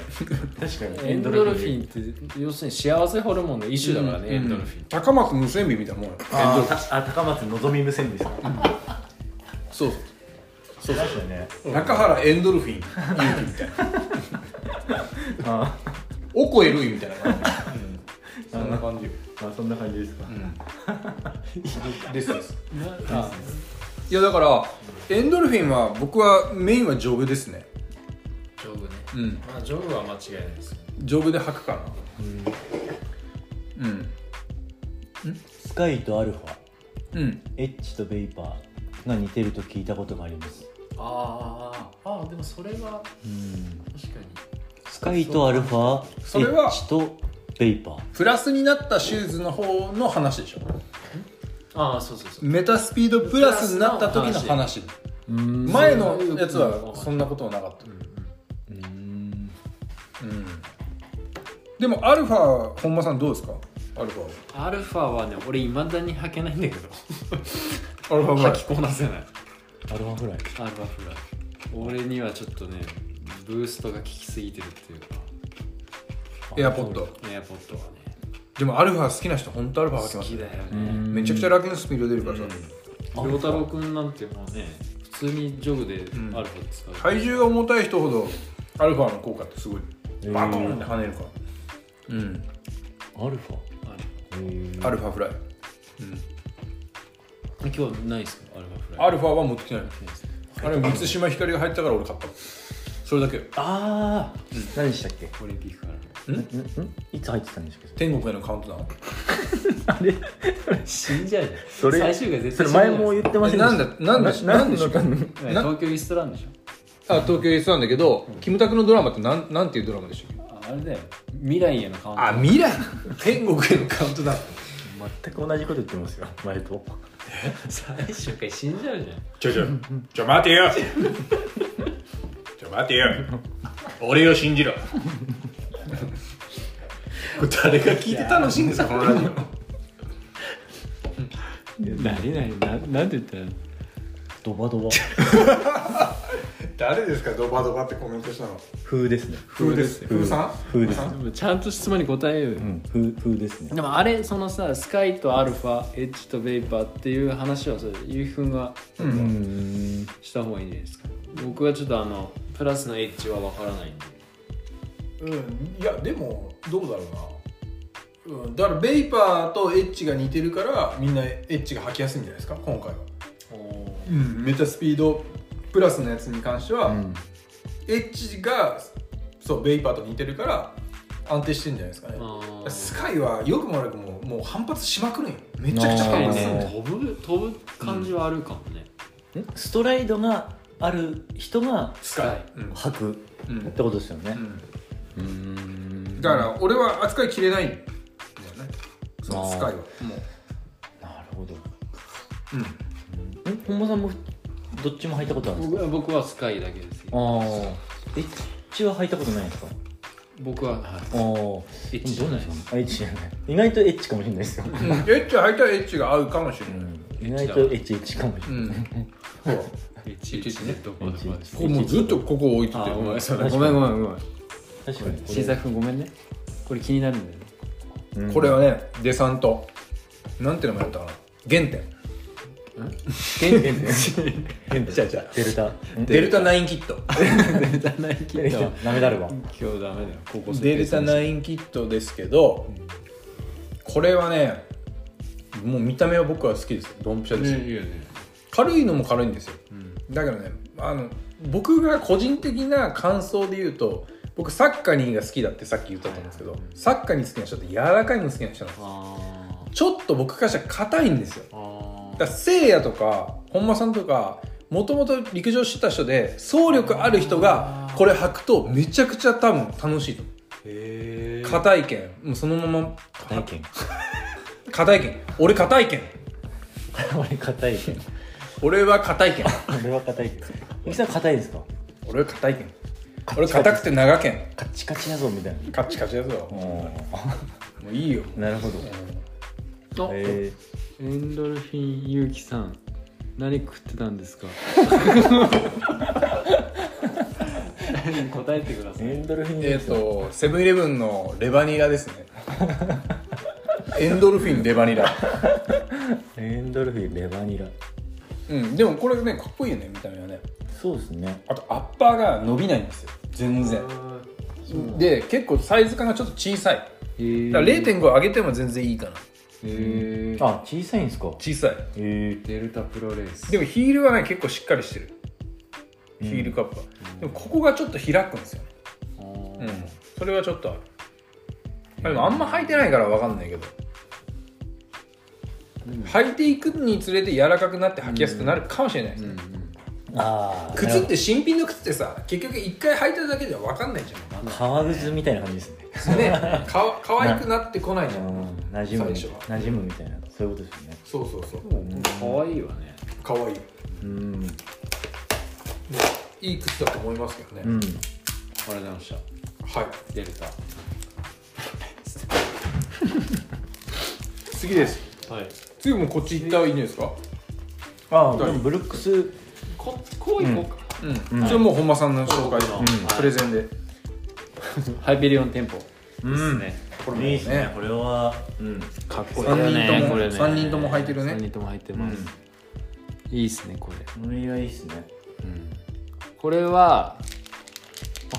S2: 確かに
S3: エンドルフィンって要するに幸せホルモンの一種だからね、エンドルフィン
S1: 高松無線日みたいなもんよ
S2: あーたあ高松のぞみ無線ですか
S1: そう
S2: そうですよね
S1: そう中原エンドルフィン勇気みたいな
S2: あ
S1: オコエルイみたいな感じ、そんな感じよ、
S2: ーまあそんな感じですか
S1: うん、ですです
S3: あ
S1: いやだからエンドルフィンは僕はメインは丈夫ですね
S3: ジョブね
S1: うん
S3: まあジョブは間違いないです
S1: 丈夫で履くかな
S2: スカイとアルファ
S1: うんうん
S2: エッジとベイパーが似てると聞いたことがあります
S3: ああああでもそれは
S2: うん
S3: 確かに
S2: スカイとアルファ
S1: そ
S2: エ
S1: れは
S2: ッジとベイパー
S1: プラスになったシューズの方の話でしょ
S3: ああそうそうそう
S1: メタスピードプラスになった時の
S3: プラ
S1: 話
S2: うん
S1: 前のやつはそんなことはなかった、
S2: うん
S1: うんでもアルファ本間さんどうですかアルファ
S3: アルファはね俺いまだに履けないんだ けど
S1: アルファぐらい
S3: 履きこなせない
S2: アルファフライ
S3: アルファフライ俺にはちょっとねブーストが効きすぎてるっていうか
S1: エアポッド
S3: エアポッドはね
S1: でもアルファ好きな人本当アルファ履き
S3: 好
S1: ます
S3: き
S1: ね
S3: だよ
S2: う
S3: ね
S2: ん
S1: めちゃくちゃ楽なスピード出るからさ、
S3: 良太郎くんなんてもうね普通にジョグでアルファ使う、
S1: 体重が重たい人ほどアルファの効果ってすごいバコーンって跳ねるから、うん
S2: アルファ
S3: アルフ
S1: アルファフライ
S3: ァ今日ないですかアルファフライ
S1: アルファは持ってきてないあれ満島ひかりが入ったから俺買ったそれだけよ
S2: ああー何でしたっけ
S3: オリンピックアルファ
S2: んんいつ入ってたんでしたっ
S1: 天国へのカウントダウン
S3: 死んじゃうじゃん
S2: それ
S3: 最終回絶
S2: けそ
S3: 対
S2: れ
S3: 死んじゃう
S2: 前も言ってませんでした
S1: えなんだなんでし
S2: なな
S1: なん
S2: んで
S1: でしょう
S2: なんで
S3: ね
S1: な
S3: 東京イーストランドでしょ
S1: あ東京 S なんだけど、キムタクのドラマってなんなんていうドラマでしたっけ
S3: ああれだよ未来へのカウント
S1: あ未来天国へのカウントダウン
S2: 全く同じこと言ってますよ前と
S3: 最終回死んじゃうじゃん
S1: ちょちょちょ待てよちょ待てよ俺を信じろこれ誰が聞いて楽しいんですかこのラジオ
S3: 何何ななんて言ったの
S2: ドバドバ
S1: 誰ですかドバドバってコメントしたの
S2: 風ですね
S1: 風です風さん
S2: 風です
S3: でもちゃんと質問に答えようよ、
S2: うん風風ですね
S3: でもあれそのさスカイとアルファエッジとベイパーっていう話はさゆうきくんが
S2: うん
S3: した方がいいんじゃないですか僕はちょっとあのプラスのエッジはわからないんで
S1: うんいやでもどうだろうな、うん、だからベイパーとエッジが似てるからみんなエッジが履きやすいんじゃないですか今回は、うん、メタスピードプラスのやつに関しては、
S2: うん
S1: エッジがそうベイパーと似てるから安定してるんじゃないですかね
S3: あー
S1: スカイはよくも悪くももう反発しまくるんよめちゃくちゃ
S2: あ
S1: 反
S2: ー
S1: 発するんだよ
S2: ね
S3: 飛ぶ飛ぶ感じはあるかもね、
S2: んストライドがある人が
S1: スカイ、うん
S2: 吐く
S1: うん
S2: ってことですよね
S1: うんだから俺は扱いきれないんだよねそのスカイはも
S2: なるほど
S1: う、うん、
S2: ん本間さんもどっちも履いたことあるんです
S3: 僕は僕はスカイだけです
S2: かああエッジは履いたことないんですか
S3: 僕は、はい
S2: ああど
S3: エッジ
S2: うなんですかあエッチじゃない意外とエッチかもしれないですよ、
S1: エッチ履いたらエッチが合うかもしれない、
S2: 意外とエッチエッチかもしれ
S1: う
S2: ない、
S1: ん、ほら、こ
S3: エッジエッジねどこどこです
S1: こもうずっとここ置いて
S3: あ
S1: て、
S3: ごめん
S1: こ
S3: そ れごめんごめんごめん
S2: 確かにこれ
S3: 新作君ごめんねこれ気になるんだよね
S2: うん
S1: れはね、デサント。なんて名前だったかな。原点。
S2: 変です変です
S1: じゃあじゃあ
S2: デルタん
S1: デルタナインキット。
S3: デルタナインキ
S2: デル
S3: ット
S2: タ
S3: は
S2: ダメだれば
S3: 今日ダメだよ高校生
S1: デルタナインキットですけど、これはね、もう見た目は僕は好きですよ。ドンピシャですよ。
S3: いいよね
S1: 軽いのも軽いんですよ。だからね、あの、僕が個人的な感想で言うと、僕サッカーにが好きだってさっき言ったと思うんですけど、サッカーに好きな人って柔らかいの好きな人なんですよ
S3: あ
S1: ちょっと僕からしたら硬いんですよ
S3: ーあー
S1: だからせいやとか本間さんとかもともと陸上してた人で走力ある人がこれ履くとめちゃくちゃ多分楽しいと思う
S5: へー
S1: 硬いけんもうそのまま
S2: 硬いけん
S1: 硬いけん俺硬いけん
S2: 俺硬いけん
S1: 俺は硬いけん
S2: 俺は硬いけんミキさん硬いですか
S1: 俺は硬いけん俺硬くて長けん
S2: カッチカチやぞみたいな
S1: カッチカチやぞもういいよ
S2: なるほど
S3: あ
S2: え
S3: エンドルフィンゆうきさん何食ってたんですか答えてくだ
S2: ー、エンドルフィン
S1: えっ、とセブンイレブンのレバニラですねエンドルフィンレバニラ
S2: エンドルフィンレバニラ
S1: うんでもこれねかっこいいよね見た目はね
S2: そうですね
S1: あとアッパーが伸びないんですよ全然で結構サイズ感がちょっと小さいだから0.5上げても全然いいかな
S3: えー、
S2: あ小さいんですか
S1: 小さい
S2: え
S3: デルタプロレース
S1: でもヒールはね結構しっかりしてるヒールカップは、でもここがちょっと開くんですよねうんそれはちょっとあるまあでもあんま履いてないから分かんないけど、履いていくにつれて柔らかくなって履きやすくなるかもしれないですね、
S2: ー、ああ
S1: 靴って新品の靴ってさ結局一回履いただけじゃ分かんないじゃ
S2: 革靴みたいな感じですね
S1: んねか可愛くなってこないじゃん、
S2: うん馴染むみた
S1: 最
S2: い
S1: 初は
S2: な馴染むみたいなそういうことですよね
S1: そうそうそう
S3: かわいいわね
S1: 可愛い
S2: うん
S1: いい靴だと思いますけどね、
S2: うん
S3: ありがとうございました
S1: はい
S3: デルタ
S1: 次です
S3: はい
S1: 次もうこっち行ったらいいんじゃないですか
S2: ああでもブルックスうん
S3: ここういこうか、
S1: うん、それもう本間さんの紹介の、プレゼンで
S3: ハイペリオン店舗
S2: うん
S3: ですね、
S1: これ
S2: いいですねこれはうん
S3: かっ
S1: こいいね
S3: 三
S1: これね三人とも履いてるね
S3: 3人とも履いてます、いいっすねこれ
S2: これはいいですね
S3: これは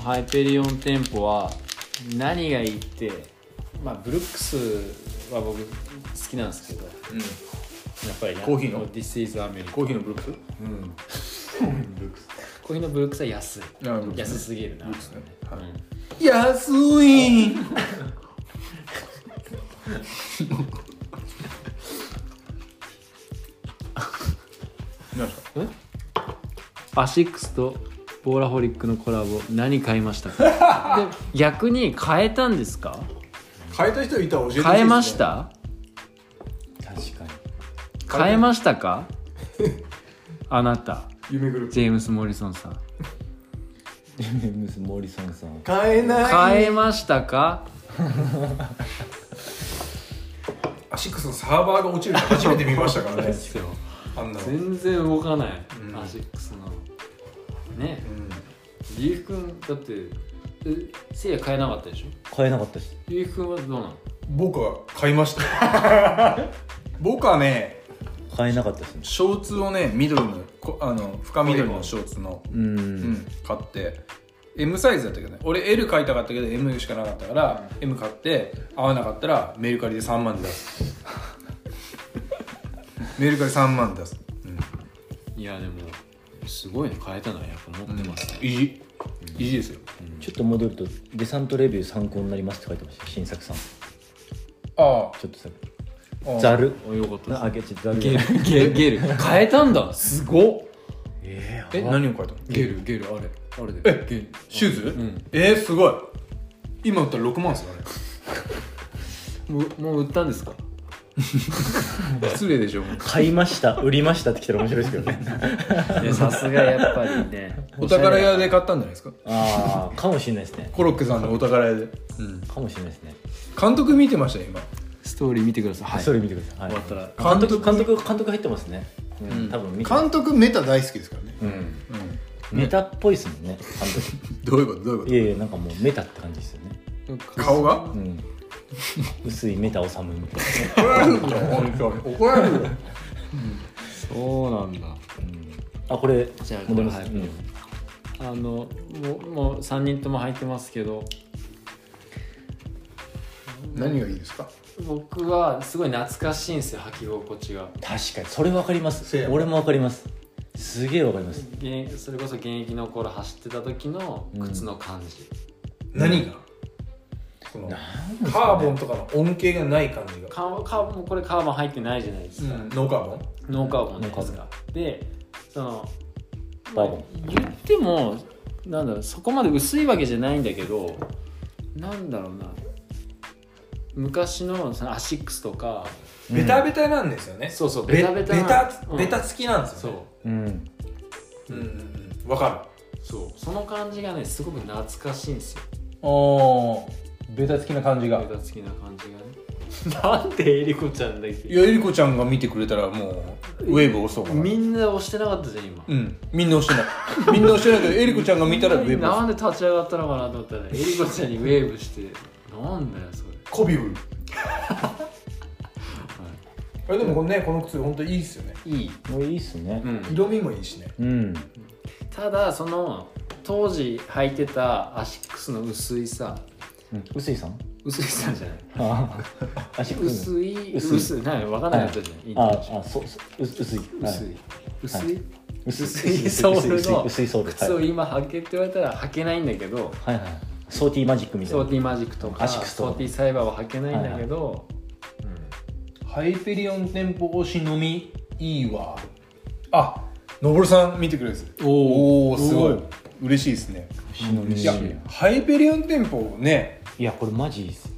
S3: ハイペリオン店舗は何がいいってまあブルックスは僕好きなんですけど
S1: うん、
S3: やっぱり、ね、
S1: コーヒーの
S3: This is America
S1: コーヒーのブルックス
S3: コーヒーのブルックスは安い
S1: あブルックスね
S3: 安すぎるな、
S1: ブルックスね
S3: うん
S1: 安い
S3: アシックスとボーラホリックのコラボ何買いまし たかで逆に買えたんですか
S1: 変えた人いたら教えてほしいですね
S3: 買えました
S2: 確かに
S3: 買えましたかあなた
S1: 夢グループ
S3: ジェームス・モリソンさん
S2: デメムスモリソンさん
S1: 変えな
S3: 買えましたか
S1: アシックスのサーバーが落ちるの初めて見ましたからねあんなの、
S3: 全然動かない、
S1: うん
S3: アシックスのね
S1: うん
S3: リーフ君だってえせいや買えなかったでしょ
S2: 買えなかったし
S3: リーフ君はどうなの
S1: 僕は買いました僕はね
S2: 買えなかったしね
S1: ショーツをね緑のこあの深緑のショーツの、
S2: う
S1: うんん、買って M サイズだったけどね俺 L 買いたかったけど M しかなかったから M 買って合わなかったらメルカリで3万で出すメルカリ3万で出す、うん
S3: いやでもすごいね買えたのはやっぱ持ってますね、
S1: 意地意地ですよ
S2: ちょっと戻るとデサントレビュー参考になりますって書いてました新作さんち
S1: あ
S2: ょっとさ
S1: あ
S2: ざる
S3: およかった
S2: あげちゃざる
S3: ゲルゲル ゲル変えたんだすごっ
S1: え何を買えたの
S3: ゲルゲルあれあれで
S1: え
S3: ゲル
S1: シューズ、
S3: ん
S1: えー、すごい今売ったら6万ですよね
S3: もうもう売ったんですか
S1: 失礼でしょ
S2: 買いました売りましたって来たら面白いですけどね
S3: いやさすがやっぱりね
S1: お宝屋で買ったんじゃないですか
S2: ああかもしれないですね
S1: コロッケさんのお宝屋で、うん、
S2: かもしれないですね
S1: 監督見てましたよ今
S3: ストーリー見てください、はい、
S2: それ見てください、はい、
S3: 終わっ
S2: 監督監督監督入ってますね、うん多分見て
S5: 監督メタ大好きですからね
S2: うんメタっぽいですもんね監督
S1: どういうことどういうこ
S2: いやいやなんかもうメタって感じですよね
S1: と顔が
S2: うん薄いメタ治むみたい
S1: 怒られるじゃん本当に怒られるよ
S3: そうなんだ
S2: なあこれ
S3: じゃあ
S2: 戻ります、
S3: これ
S2: う
S3: 入
S2: ん、
S3: あのもうもう3人とも履いてますけど
S5: 何がいいですか
S3: 僕はすごい懐かしいんですよ履き心地が
S2: 確かにそれ分かります
S1: せや
S2: 俺も分かりますすげえ分かります
S3: 現それこそ現役の頃走ってた時の靴の感じ、
S1: 何がその
S2: なんですかね
S1: カーボンとかの恩恵がない感じが、
S3: カーカーボンこれカーボン入ってないじゃないですか、
S1: ノーカーボン
S3: ノーカーボンじゃないですかでその、まあ言ってもなんだろうそこまで薄いわけじゃないんだけどなんだろうな昔のそのアシックスとか
S1: ベタベタなんですよね、
S3: そうそう
S1: ベ
S3: ベ
S1: タ
S3: タ
S1: ベ
S3: ベ
S1: タ
S3: タ
S1: ベ
S3: な
S1: タ
S3: うん
S1: つきなんです
S3: そ
S1: よ、
S3: う
S1: ね
S2: うん
S1: うんうんうんわか
S3: そうその感じがねすごく懐かしいんですよ
S1: るおベタつきな感じ
S3: ベタ好きな感じがね なんでエリコちゃんだ
S1: い
S3: け
S1: やえりこちゃんが見てくれたらもうウェーブ押そうかな
S3: みんな押してなかったじゃん今
S1: うんみんな押してないみんな押してないけどえりこちゃんが見たらウェーブ押
S3: な
S1: す
S3: んで立ち上がったのかなと思ったらエリコちゃんにウェーブしてなんだよそれ
S1: コ ビブえでもこのねこの靴本当いいっすよね
S3: いい、
S2: もういいっすね
S3: うん、
S1: 色味もいいしね
S2: うん
S3: ただその当時履いてたアシックスの薄いさ
S2: うん臼井さん
S3: 薄いさじゃない
S2: ああ足い
S3: 薄い
S2: 薄い
S3: 薄い何分かんなかったじゃん、い、い
S2: あ
S3: って
S2: あそうそう薄薄い
S3: 薄い薄い
S2: 薄い
S3: 薄いソールの
S2: 薄い薄いソール
S3: 靴を今履けって言われたら履けないんだけど、
S2: はいはいはいソーティーマジックみたい
S3: ソ
S2: な
S3: ーティーマジックとか
S2: アシックスと
S3: ソ
S2: か
S3: ーティーサイバーは履けないんだけど、
S1: ハイペリオン店舗推しのみいいわあのぼるさん見てくれるんですおおすごい嬉しいですねいやハイペリオン店舗ね
S2: いやこれマジいいっす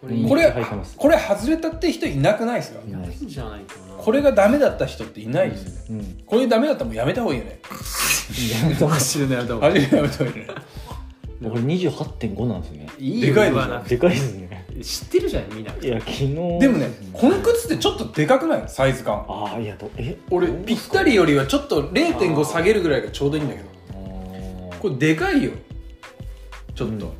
S3: こ
S2: れ
S3: れ
S2: い
S3: い
S2: い
S3: い
S1: こ
S3: ん
S1: れ
S2: 入ってます
S1: これ外れたって人いなくないですか
S2: いない
S3: じゃないかな
S1: これがダメだった人っていないですよね、
S2: うん
S1: これダメだったらもうやめた方がいいよね
S2: やめた
S3: 走るのやめた方が
S1: 初
S3: い
S1: めてやめた方がいいよね
S2: これ28.5なんですね
S3: いい
S1: でかいの
S3: 言わなく
S2: でかいですね
S3: て知ってるじゃんみんない
S2: や昨日
S1: でもねこの靴ってちょっとでかくないサイズ感
S2: ああいやどえ
S1: 俺ぴったりよりはちょっと0.5下げるぐらいがちょうどいいんだけど
S2: あー
S1: これでかいよちょっと、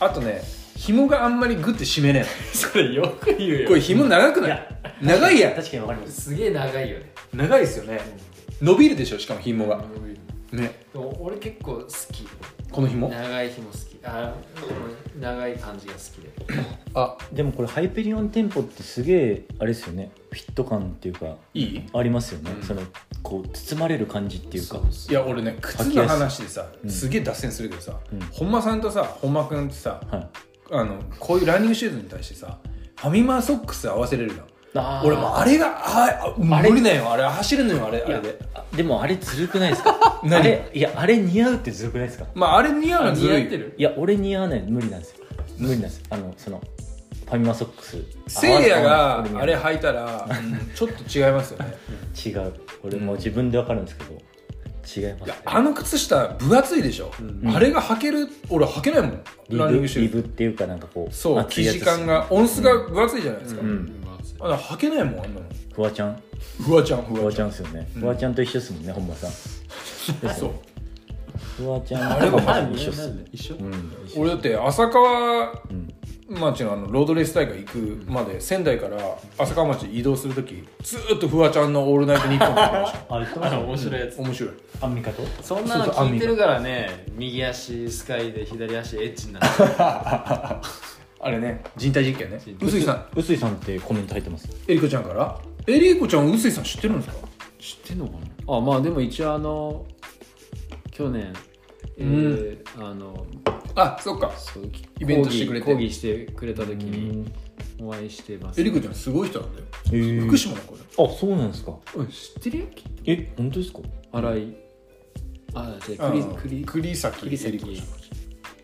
S1: あとね紐があんまりグッて締めね
S3: それよく言う
S1: えのこれ紐長くない長いやん
S2: 確かにわかります
S3: すげえ長いよね
S1: 長いですよね伸びるでしょしかも紐が
S3: で
S1: ね
S3: も俺結構好き
S1: この紐
S3: 長い日も好きあこの長い感じが好きで
S1: あ
S2: でもこれハイペリオンテンポってすげえあれですよねフィット感っていうか
S1: いい
S2: ありますよね、
S3: うん
S2: そのこう包まれる感じっていうか
S3: そうそう
S1: いや俺ね靴の話でさすげえ脱線するけどさ、
S2: うん
S1: 本間さんとさ本間君ってさ
S2: はい
S1: あのこういうランニングシューズに対してさファミマソックス合わせれるじゃん
S2: あー
S1: 俺もあれがああ無理なんよあれ走るのよあれあれで
S2: あでもあれずるくないですか
S1: 何
S2: あれいやあれ似合うってずるくないですか
S1: まああれ似合うのはずるい
S3: 似合ってる
S2: いや俺似合わない無理なんですよ無理なんですあのそのファミマソックス
S1: せいやがあれ
S2: 合わ
S1: 履いたらちょっと違いますよね
S2: せ違う俺もう自分でわかるんですけど、違います
S1: い
S2: ね
S1: やあの靴下分厚いでしょ、あれが履ける俺履けないもん
S2: リ
S1: ランニン
S2: ブ
S1: グシ
S2: リ
S1: ュー
S2: ブ
S1: ズ
S2: っていうかなんかこう
S1: そう
S2: 厚い
S1: 生
S2: やつっ
S1: 地
S2: すよ
S1: 感が音質が分厚いじゃないですか、
S2: ん
S1: あだから履けないもんあんなの
S2: フワちゃん
S1: フワちゃん
S2: フ
S1: フ
S2: ワちゃんですよね、フワちゃんと一緒ですもんね本間さん
S1: んそう
S2: フワちゃん
S1: あれが
S2: 本間
S1: 前
S2: さん
S1: に
S2: 一緒っす
S3: なんで一緒
S2: うん
S1: 俺だって浅川
S2: ん
S1: 町のあのロードレース大会行くまで仙台から浅川町に移動するときずーっとフワちゃんの「オールナイトニッポン」聞いてまし
S2: あ言ってま
S3: あ
S2: した
S3: の面白いやつ、
S1: た面白い
S2: アンミカと
S3: そんなの聞いてるからね右足スカイで左足エッチになる
S1: あれね人体実験ね
S3: 人体
S1: 臼井さん
S2: 臼井さんってコメント入ってます
S1: えりこちゃんからえりこちゃん臼井さん知ってるんですか
S3: 知ってんのかなあまあでも一応あの去年えーあの
S1: あそっか
S3: そう
S1: イベントしてくれて
S3: 講義講義してくれた時にお会いしてます
S1: えりこちゃんすごい人なんだよ
S2: へー
S1: 福島の子だよ
S2: あそうなんですか
S3: おい知ってるよきっ
S2: え本当ですか
S3: と新井あじゃ
S1: あ
S3: あ
S1: の
S3: クリク
S1: 栗崎
S3: 栗
S1: えりこ
S3: 崎
S1: ち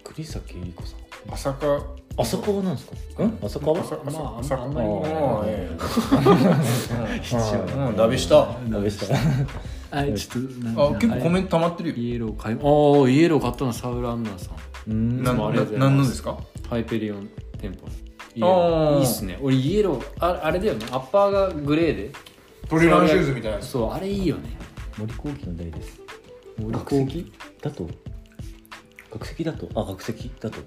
S2: 栗崎えり子さん
S1: ゃん浅川
S2: 浅川なんですかん浅川
S1: 浅
S3: まああん
S1: 浅
S3: まあんまり
S2: あ
S1: もうえ
S2: 一
S1: えうんダメしたあ
S2: 応試 した
S3: あちょっとなんか
S1: 結構コメント溜まってるよ
S3: イエロー買いああイエロー買ったのサウル・アンダーさん
S2: うん
S1: な
S3: もあ
S1: ん
S3: りがとうござい
S1: な
S3: ます
S1: んのですか
S3: ハイペリオン店舗イエ
S1: あー
S3: ローいいっすね俺イエローああれだよねアッパーがグレーで
S1: トリランシューズみたいなやつ
S3: そうあれいいよね
S2: 森高貴の代です
S3: 森
S2: 学籍だと学籍だとあ学籍だと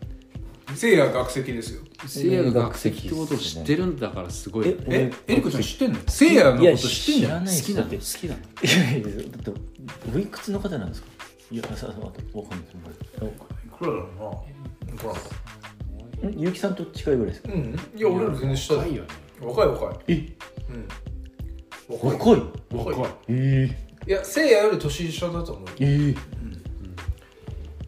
S1: せいや学籍ですよ
S3: せいやが学籍ってことを知ってるんだからすごいよね
S2: 俺
S1: ええりこちゃん知ってんのせいやのこと
S2: や
S1: 知ってんじゃん
S2: 知らない
S3: 好きなの
S2: で
S3: 好
S2: す
S3: きなの
S2: いやいやだっておいくつの方なんですかいやささわかんないです
S1: いくらだろうなほら
S2: ん結城さんと近いぐらいですか
S1: うんいや俺ら全然下だ
S3: いいよね
S1: 若い若い
S2: え
S1: うん若い
S2: 若い
S1: 若い
S2: え
S1: い
S2: え
S1: やせいやより年下だと思う
S2: え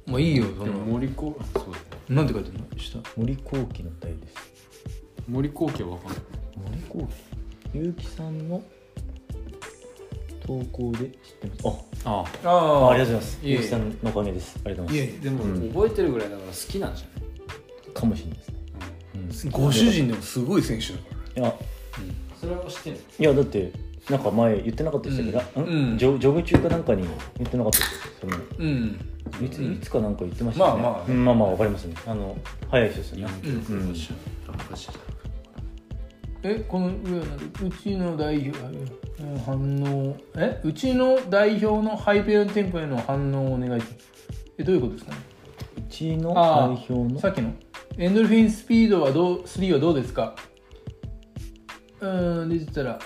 S2: え
S1: もういいよそ
S3: でも
S1: の
S3: 森子そうだよ
S1: なんて書いてるの下
S2: 森幸喜の歌いです
S4: 森高家はわかんない
S2: 森幸喜結城さんの投稿で知ってます
S4: あ
S1: あ
S2: あ
S1: あ
S2: あありがとうございます
S1: いえいえ
S2: 結城さんのおかげですありがとうご
S5: い
S2: ざい
S5: や
S2: ま
S5: いや
S3: でも
S2: うん
S3: 覚えてるぐらいだから好きなんじゃない
S2: すかもしれないですね、うん
S1: ご主人でも
S5: すごい選手だからね
S2: いや
S3: それは知ってんの
S2: いやだってなんか前言ってなかったでしたっけ
S1: う
S2: ど、
S1: ん
S2: ん
S1: うん
S2: ジョジョグ中かなんかに言ってなかったですその
S1: うん
S2: いついつかなんか言ってましたよね、
S1: まあまあ
S2: うんまあまあわかりますねあの早い人ですよね
S1: うん
S2: うん
S1: えこの上はうちの代表うん反応えうちの代表のハイペア店舗への反応をお願いえどういうことですかね
S2: うちの
S1: ああ
S2: 代表の
S1: さっきのエンドルフィンスピードはどう3はどうですかうーん出てたら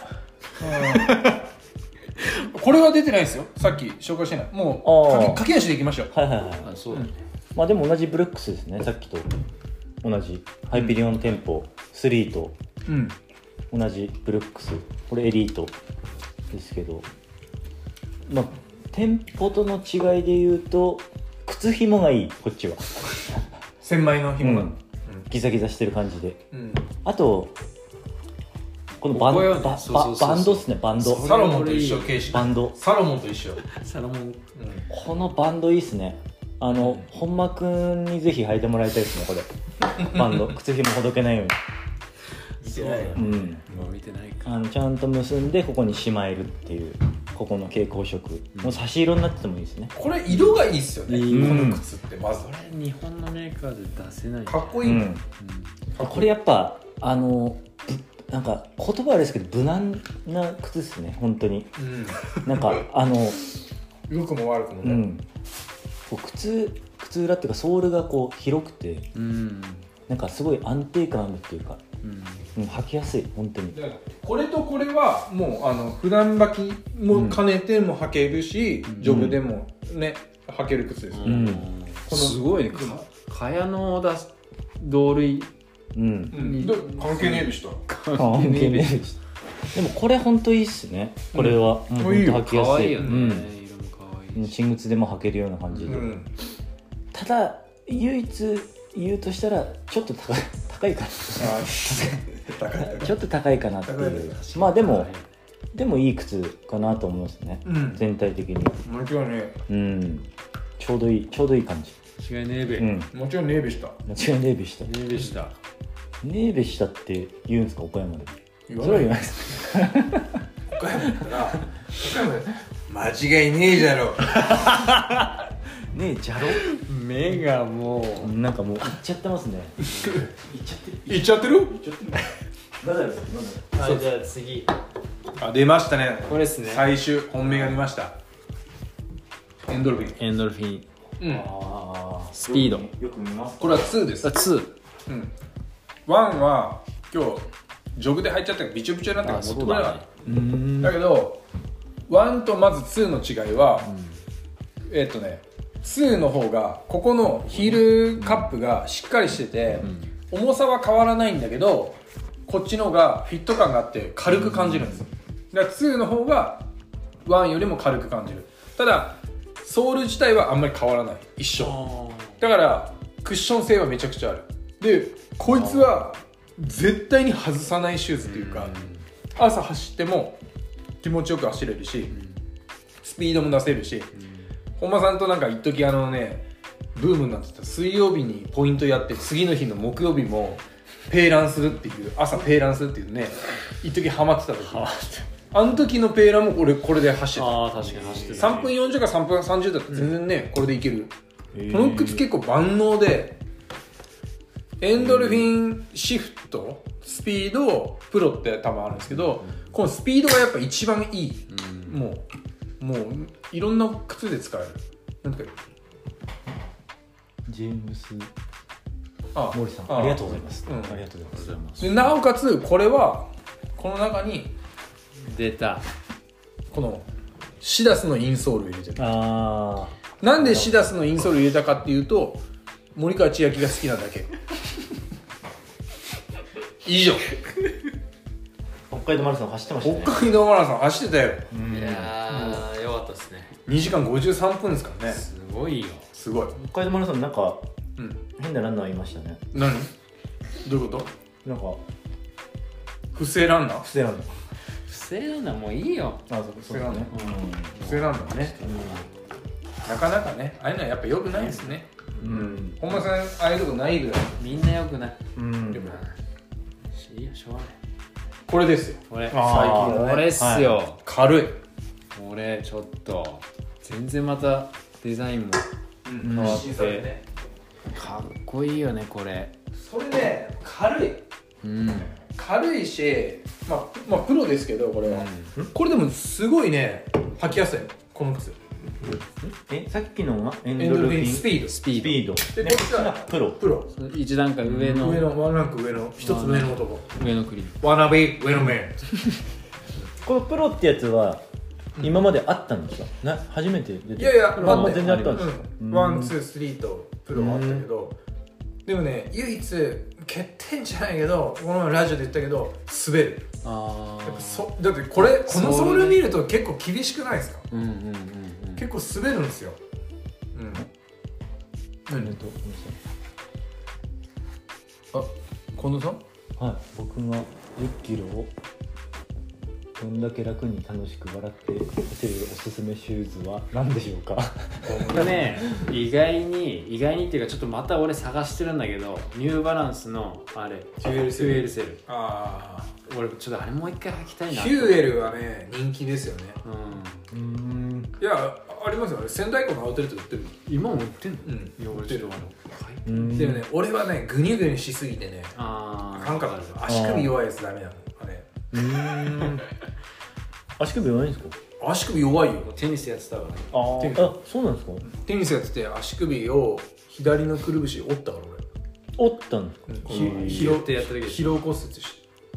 S1: うんこれは出てないですよさっき紹介してないもう
S2: あー
S1: 駆け駆け足でいきましょう
S2: はいはいはい
S3: あそうだね
S2: まあでも同じブレックスですねさっきと同じハイピリオンテンポ3と
S1: うん
S2: 同じブレックスこれエリートですけどまあ店舗との違いで言うと靴ひもがいいこっちは、
S1: 千枚の紐が
S2: うんギザギザしてる感じで
S1: うん
S2: あとこのバン
S3: ここよ
S2: バ
S3: ね
S2: バ
S3: そうそうそうそう
S2: バンドですねバンド
S3: そ
S1: サロモンと一緒形式
S2: バンド
S1: サロモンと一緒、
S3: サロモン
S1: うん
S2: このバンドいいっすねあの本間くんにぜひ履いてもらいたいですねこれバ ンド靴ひもほどけないよ
S3: 見てないよ
S2: うに、うん、
S3: 今見てないか
S2: あのちゃんと結んでここにしまえるっていうここの蛍光色、もう差し色になっててもいいですね
S1: これ色がいいっすよね、
S2: うん
S1: この靴ってまず
S3: これ日本のメーカーで出せない
S1: かっこいい、
S2: うんこれやっぱあのぶなんか言葉あれですけど無難な靴ですね本当になんかあの
S1: うん、良くも悪くも
S2: う
S1: ね、
S2: んこう靴靴裏っていうかソールがこう広くて
S3: うん
S2: なんかすごい安定感あるっていうか、
S3: うん
S2: うん、履きやすい本当に
S1: だからこれとこれはもうあの普段履きも兼ねても履けるし、
S3: ん
S1: 丈夫でもね履ける靴です、
S2: ん
S1: この
S3: すごいねか蚊帳の出す同類
S2: うん
S1: うんだ関係ねえでした
S2: 関係ねえですでもこれ本当いいっすねこれは、もう
S1: これいいよ
S2: ほんと履き
S3: か
S2: やすい
S3: わいいよね、
S2: うん
S3: 色もかわ
S2: う
S3: い
S2: ん、
S3: いし、
S2: 新靴でも履けるような感じ
S1: う
S2: で、
S1: ん
S2: ただ唯一言うとしたらちょっと高い高いか なちょっと高いかなっていうまあでも、でもいい靴かなと思いますね、
S1: うん
S2: 全体的に
S1: 間違いね
S2: うんちょうどいいちょうどいい感じ
S3: 違いねえべ、
S2: うん
S1: え間違いねえでした
S2: 間違いネーベした
S3: ねえべした
S2: ネーベしたって言うんですか岡山で
S1: 言
S2: それは言
S1: よ
S2: わないです
S1: 間違いねえじゃろ
S2: ねえじゃろ
S3: 目がもう
S2: なんかもう行っちゃってますね
S1: 言っちゃってる
S2: だだよ
S3: はいじゃあ次
S1: あ出ましたね
S3: これですね
S1: 最終本命が出ましたエンドルフィ
S3: エンドルフィン
S1: ン、うん、
S2: ああ
S3: スピード
S2: よく見ます
S1: これは2です
S3: あ2
S1: うん、ワンは今日ジョグで入っちゃったからびちょびちょになったから持ってこれなかっただ,、
S2: うん
S1: けどワンとまずツーの違いは、えっとねツーの方がここのヒールカップがしっかりしてて、重さは変わらないんだけどこっちの方がフィット感があって軽く感じるんですよだから2の方がワンよりも軽く感じるただソール自体はあんまり変わらない一緒だからクッション性はめちゃくちゃあるでこいつは絶対に外さないシューズというか朝走っても気持ちよく走れるしスピードも出せるし本間さんとなんか一時あのねブームになってた水曜日にポイントやって次の日の木曜日もペーランするっていう朝ペーランするっていうね一時ハマってた時あの時のペーランも俺これで走って
S3: ああ確かに走ってる
S1: た3分40か3分30だったら全然ねこれでいける
S2: え
S1: この靴結構万能でエンドルフィンシフトスピードプロって多分あるんですけどこのスピードがやっぱ一番いいもうもういろんな靴で使えるなんていうか
S2: ジェームス
S1: あ
S2: 森さんありがとうございます、
S1: うん
S2: ありがとうございます
S1: でなおかつこれはこの中に
S3: 出た
S1: このシダスのインソールを入れてる
S2: あ
S1: なんでシダスのインソールを入れたかっていうと森川千秋が好きなだけ以上
S2: あ北海道マラソン走ってましたね
S1: 北海道マラソン走ってたよ
S3: いやーよかったですね
S1: 2時間53分ですからね
S3: すごいよ
S1: すごい
S2: 北海道マラソンなんか
S1: うん
S2: 変変なランナーいましたね
S1: 何どういうこと
S2: なんか
S1: 不正ランナー
S2: 不正ランナー
S3: 不正なんだもういいよ
S2: あそうそうだね
S1: 不正ランナーねなかなかねああいうのはやっぱ良くないですね
S2: うん
S1: 本間さんああいうとこないぐらい
S3: みんなよくない
S2: うん
S1: でも
S3: いいよしょうがない
S1: これですよ
S3: 俺
S2: あー
S3: 最近俺っすよ、
S1: 軽い
S3: 俺ちょっと全然またデザインも
S1: うん
S3: 変わって
S1: 新作ね
S3: かっこいいよねこれ
S1: それね軽い
S3: うん
S1: 軽いし、まあ、まあプロですけどこれは、これでもすごいね履きやすいこの靴
S2: えさっきのはエン
S1: エンド
S2: ド
S1: ルフ
S2: ルフ
S1: ィン
S2: ィン
S1: スピード
S3: スピ
S2: スピ
S3: ー
S2: ード
S1: で
S2: ね
S1: こっちは
S2: プロ
S1: プロ
S3: ド一段階上の
S1: 上のワンランク上の一つ上の男
S3: 上のクリーム
S1: ワナビ上のメ
S2: このプロってやつは今まであったんですかな初めて出
S1: ン
S2: て
S1: いやいや
S2: まあ
S1: あ
S2: まあ
S1: ね
S2: 全然あったんですか
S1: うんワンツースリーとプロはあったけどでもね唯一欠点じゃないけどこの前ラジオで言ったけど滑る
S3: あ
S1: やっぱ
S3: あ
S1: そだってこれこのソール
S3: そうね
S1: 見ると結構厳しくないですか
S3: うんうんうんうん
S1: 結構滑るんですようん
S2: えっ
S1: 何
S2: とごめんなさい
S1: あ近藤さん
S2: はい、僕が1キロをどんだけ楽に楽しく笑って走れるおすすめシューズは何でしょうか
S3: 僕ね意外に意外にっていうかちょっとまた俺探してるんだけどニューバランスのあれ
S1: デュエルセル
S3: 2L セル
S1: あ
S3: 俺ちょっとあれもう一回履きた
S1: あ
S3: いな
S1: ヒューエルはね人気ですよね
S3: うん
S2: うん
S1: いやありますよあれ仙台湖のアウトレットで売ってる
S3: 今も売ってんの
S1: うん
S3: いや俺ちょっとあの買い
S2: うん
S1: でもね俺はねグニュグニュしすぎてね
S3: あ
S1: あ
S3: あ
S1: かんかったんですよ足首弱いやつダメなのあれ
S2: うん足首弱いんですか
S1: 足首弱いよ
S3: テニスやってたからね
S2: あーあそうなんですか
S1: テニスやってて足首を左のくるぶし折ったから
S2: 折ったんですか
S1: 俺、
S3: こう
S1: ひ
S3: 拾ってやってるけど
S1: 疲労骨折し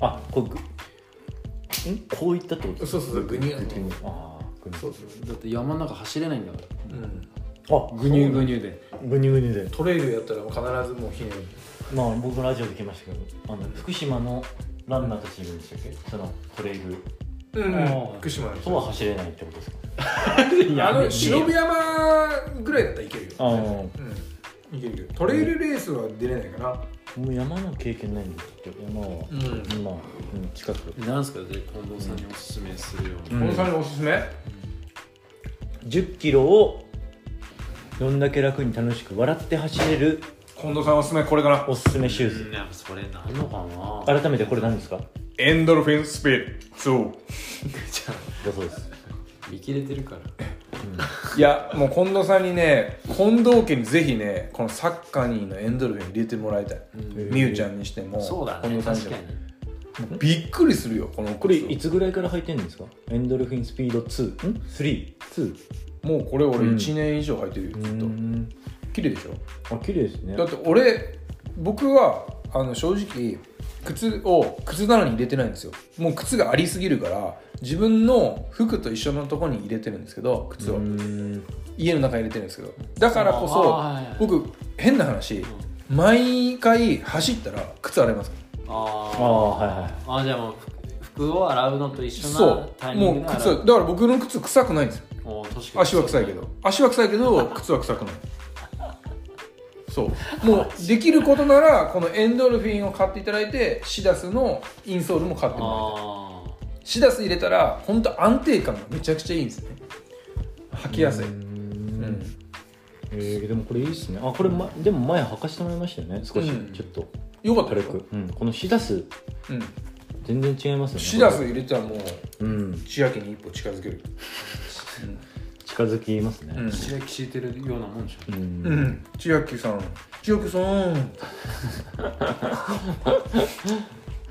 S2: あこうぐんこういったってこと
S1: そうそうそうグニュ
S2: グニュあーグニュ
S1: そうそう
S3: だって山の中走れないんだか
S1: うん
S2: あ
S3: らぐにゅぐにゅで
S2: そうグニュグニュで
S1: トレイルやったら必ずもうひねる
S2: まあ僕ラジオで来ましたけどあの福島のランナーたちいるんでしたっけそのトレイル
S1: うん
S2: うん
S1: 福島の人
S2: とは走れないってことですか
S1: あの忍び山ぐらいだったらいけるよ
S2: ああ
S1: うんいけるいけるトレイルレースは出れないかな
S2: もう山の経験ないんですけど山は、
S1: うん
S2: まあ、うん、近く
S3: なんすかで近藤さんにおすすめするよう
S1: こ
S3: な
S1: の際のおすすめ
S2: 10キロをどんだけ楽に楽しく笑って走れる
S1: 近藤さんおすすめこれかな
S2: おすすめシューズ、
S3: うんやっぱそれなんのかな
S2: 改めてこれ何ですか
S1: エンドルフィンスピードそう
S2: だそうです
S3: 見切れてるから
S1: いやもう近藤さんにね近藤家にぜひねこのサッカーにのエンドルフィン入れてもらいたい美羽ちゃんにしても
S3: そうだ
S1: 近
S3: ね
S1: 藤さんにし
S3: 確
S1: て
S3: か
S1: も
S3: に
S1: びっくりするよこの
S2: これ
S1: 靴
S2: いつぐらいから履いてるんですかエンドルフィンスピード2ん ?3?2?
S1: もうこれ俺
S2: うん
S1: 1年以上履いてるよずっと
S2: ん
S1: 綺麗でしょ
S2: あ綺麗ですね
S1: だって俺僕はあの正直靴を靴棚に入れてないんですよもう靴がありすぎるから自分の服と一緒のとこに入れてるんですけど靴を
S2: うん
S1: 家の中に入れてるんですけどだからこそ
S3: あーはいはい
S1: 僕変な話毎回走ったら靴洗います
S3: あ
S2: あ
S3: ー
S2: あはいはい
S3: あーじゃあもう服服を洗うのと一緒な
S1: そ
S3: タ
S1: う
S3: イミ
S1: も
S3: ング
S1: う
S3: で
S1: 靴
S3: 洗
S1: は
S3: う
S1: だから僕の靴臭くないんですよ
S3: おー確かに
S1: 足は臭いけど足は臭いけど靴は臭くないそうもうできることならこのエンドルフィンを買っていただいてシダスのインソールも買ってもらいたい
S3: ああ
S1: シダス入れたら本当安定感がめちゃくちゃいいんですね履きやすい、
S2: う
S1: うん
S2: んえー、でもこれいいっすねあこれ、ま、でも前履かしてもらいましたよね少し、
S1: うん
S2: ちょっと
S1: よかった
S2: 軽
S1: よ、
S2: く、うん、このシダス
S1: うん、
S2: 全然違いますよね
S1: シダス入れたらもう
S2: うん
S1: 千秋に一歩近づける、
S2: 近づきますね
S1: うん
S3: 白焼き敷いてるようなもんでしょ
S2: うん、
S1: うん、千秋さん千秋さん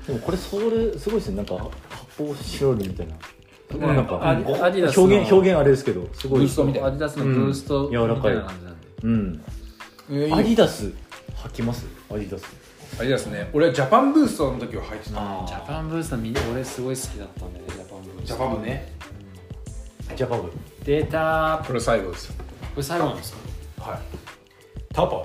S2: でもこれソールすごいですねなんか発泡スチロールみたいな、
S1: うん
S2: なんか
S3: アディアディダスの
S2: 表現表現あれですけどす
S1: ブ
S2: ごい
S1: ーストみたい
S3: ア
S1: な
S3: ディダスのブースト
S2: う
S3: み
S2: ん柔らか
S3: た
S2: い
S3: いな感じなんで
S2: うん
S1: いやいいよ
S2: アディダス履きますアディダス
S1: あれですね俺はジャパンブーストの時は履いてた
S3: あージャパンブーストみんな俺すごい好きだったんだよねジャパンブースト
S1: ジャパンブね
S2: ジャパブ
S3: 出たーこ
S1: これ最後ですよ
S3: れ最後なんですか
S1: はいタパ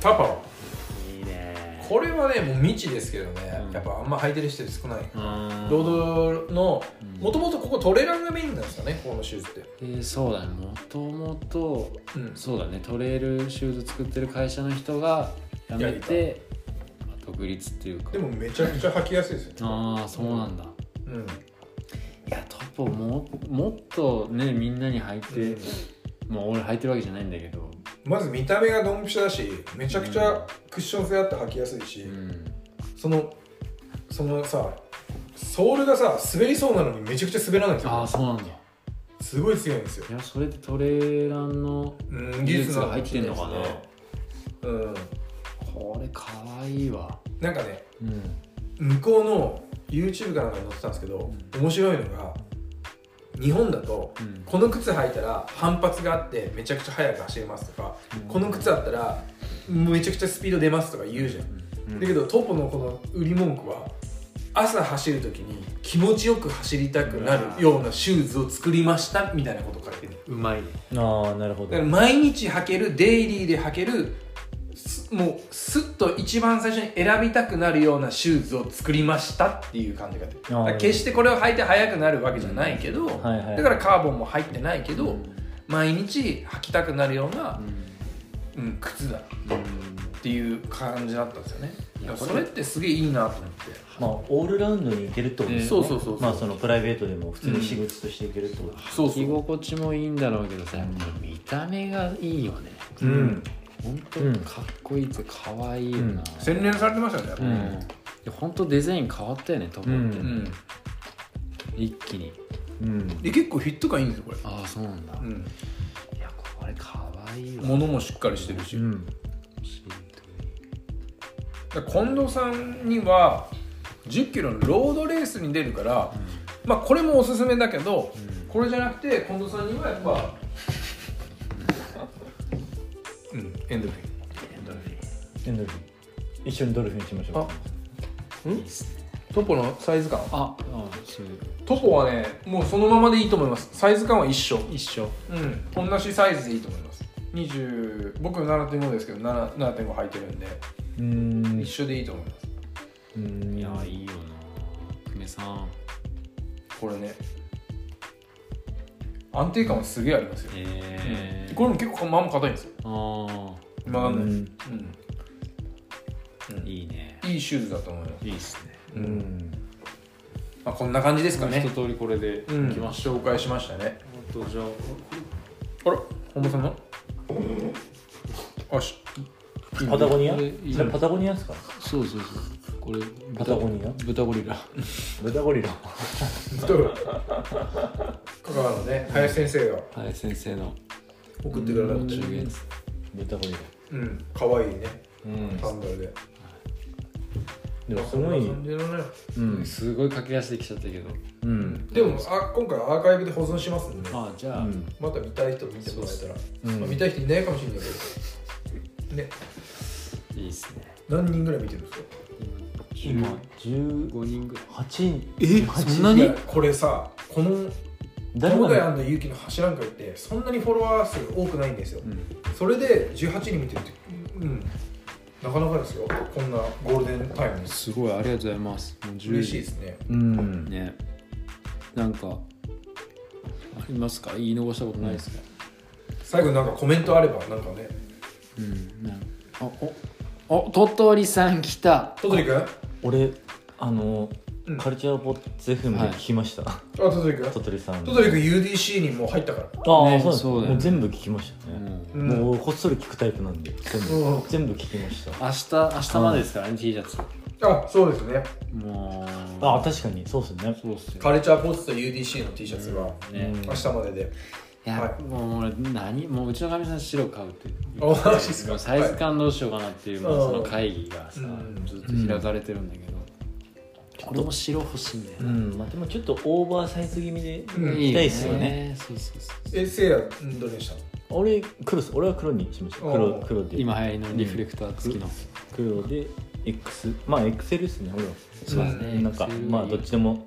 S1: タパ
S3: いいね
S6: これはねもう未知ですけどね、
S3: うん
S6: やっぱあんま履いてる人少ない、
S3: うん
S6: ロードの
S3: うん
S6: もともとここトレランがメインなんですかねここのシューズって、
S3: えーそうだねもともと
S6: うん、
S3: そうだねトレイルシューズ作ってる会社の人が辞めてまあ独立っていうか
S1: でもめちゃくちゃ履きやすいですよね
S3: ああそうなんだ
S6: うん
S3: いやトポももっとねみんなに履いて、まあ俺履いてるわけじゃないんだけど
S1: まず見た目がドンピシャだしめちゃくちゃクッション性あって履きやすいし、
S3: うん
S1: そのそのさソールがさ滑りそうなのにめちゃくちゃ滑らないんです
S3: ああ
S1: よ
S3: そうなんだい
S1: すごい強いんですよ
S3: やそれってトレランの
S1: うん
S3: 技
S1: 技
S3: 術
S1: 術
S3: が
S1: が
S3: 入ってんのかな、
S1: うん
S3: これかわいいわ
S1: なんかね
S3: うん
S1: 向こうの YouTube かなんかに載ってたんですけど、面白いのが日本だと
S3: うん
S1: この靴履いたら反発があってめちゃくちゃ速く走れますとか、この靴だったらめちゃくちゃスピード出ますとか言うじゃん、
S3: うん
S1: だけどトポのこの売り文句は朝走る時に気持ちよく走りたくなるようなシューズを作りましたみたいなこと書いてる
S3: うまいね
S2: ああなるほ
S1: だか
S2: ど
S1: ら毎日履けるデイリーで履けるすもうスッと一番最初に選びたくなるようなシューズを作りましたっていう感じが出てる
S2: あー
S1: だから決してこれを履いて速くなるわけじゃないけど、
S2: はいはい
S1: だからカーボンも入ってないけど、
S3: うん
S1: 毎日履きたくなるような
S3: う、ん
S1: うん、靴だっていう感じだったんですよね
S3: いや
S1: だからそれってすげえいいなと思って
S2: まあオールラウンドにいけるってことですね、
S1: うんそうそうそうそう
S2: まあそのプライベートでも普通に私物としていけるってことです、
S1: そうそ
S3: 着
S1: う
S3: 心地もいいんだろうけどさやっぱ見た目がいいよね
S1: うん
S3: 本当
S2: うん
S3: かっこいいってかわいいよな
S1: 洗練されてましたねやっぱ
S3: うんいや本当デザイン変わったよねトポって、
S2: う
S1: うん
S3: 一気に
S2: うん
S1: で結構フィット感いいんですよこれ、
S3: ああそうなんだ、
S1: う
S3: い
S1: ん、
S3: やこれかわいいわ
S1: 物もしっかりしてるし
S2: うん
S1: だから近藤さんには1 0キロのロードレースに出るから、まあこれもおすすめだけど、これじゃなくて近藤さんにはやっぱうんエンドルフィン
S2: エンドルフィン一緒にドルフィンしましょう
S1: トポのサイズ感
S3: ああそう
S1: トポはねもうそのままでいいと思いますサイズ感は一緒
S3: 一緒
S1: うん同じサイズでいいと思います20僕7.5ですけど7 7.5履いてるんで
S2: うーん
S1: 一緒でいいと思います
S2: うーん
S3: いやいいよな久米さん
S1: これね安定感はすげえありますよ
S3: ええ
S1: これも結構まんま硬いんですよ
S3: あ
S1: 曲がんない、
S2: う
S1: うん
S2: ん
S3: あいいね
S1: いいシューズだと思います、
S3: いいっすね
S2: うん
S1: まあ、こんな感じですかね
S3: 一通りこれで
S1: うん
S3: いきましょう、
S1: 紹介しましたね
S3: 本当じゃあ
S1: あら本間さんのあし
S2: パタゴニア
S3: これいい
S2: それパタゴニアですか
S3: そうそうそうこれ
S2: パタゴニア
S3: 豚ゴリラ
S2: 豚ゴリラ
S1: 太る 香川のね林先生が
S3: はい先生の
S1: 送ってくれた
S3: 中元です
S2: 豚ゴリラ
S1: うんかわいいね
S2: うん
S1: サンダルで
S2: でもすごい
S1: 感じのね
S2: うん
S3: すごい駆け足できちゃったけど
S2: うん
S1: でもあ今回アーカイブで保存しますんで
S3: あじゃ
S2: う
S3: あ、
S2: ん
S1: また見たい人見てもらえたら、
S2: うん
S1: まあ、見たい人いないかもしれないけどね
S3: いいっすね
S1: 何人ぐらい見てるんですか
S3: 今
S2: 15
S3: 15人ぐらい
S2: 人
S3: えそんなに
S1: いやこれさこの
S2: 誰
S1: 東
S2: も
S1: 海アンド勇気の柱なんかってそんなにフォロワー数多くないんですよ、
S3: ん
S1: それで18人見てるってうんなかなかですよこんなゴールデンタイムに
S3: すごいありがとうございますもう10
S1: 嬉しいですね
S2: うん
S3: ねなんかありますか言い残したことないですか
S1: 最後になんかコメントあればなんかね
S3: うん、なんかあおおととりさん来た
S1: 戸鳥君あ
S2: 俺あの
S1: うん
S2: カルチャーポッツ FM で聞きました
S1: 戸鳥君
S2: 小
S1: 戸
S2: 鳥さん
S1: 鳥君 UDC にもう入ったから
S2: ああ
S3: ね
S2: そう
S3: そうだよ
S2: もう全部聞きましたね
S3: 明
S1: うん
S2: もうこっそり聞くタイプなんで全
S1: う
S2: 部
S1: ん
S2: 全部聞きました
S3: 日明日までですからね T シャツ
S1: あそうですね
S3: もう
S2: あ確かにそうですね
S3: そうっすよ
S1: カルチャーポッツと UDC の T シャツが
S3: ね
S1: 明日までで
S3: いや、
S1: はい
S3: もう俺何もううちのかみさん白買うって
S1: あマジっすか
S3: もうサイズ感どうしようかなっていう、
S1: はい
S3: もうその会議が
S1: う
S3: さ、
S1: ん
S3: ずっと開かれてるんだけど、俺も白欲しいんだよ
S2: う
S3: な、
S2: んまあでもちょっとオーバーサイズ気味で
S1: うん
S2: 行きたいっすよね
S3: そうそうそう
S1: えせいやうんどれでした
S2: 俺黒っす俺は黒にしました
S1: お
S2: 黒
S1: う
S2: 黒で
S3: 今流行りのリフレクター付きの、
S2: 黒で X まあ XL ですね俺は
S3: そうですね
S2: なんか
S3: XL
S2: まあどっちでも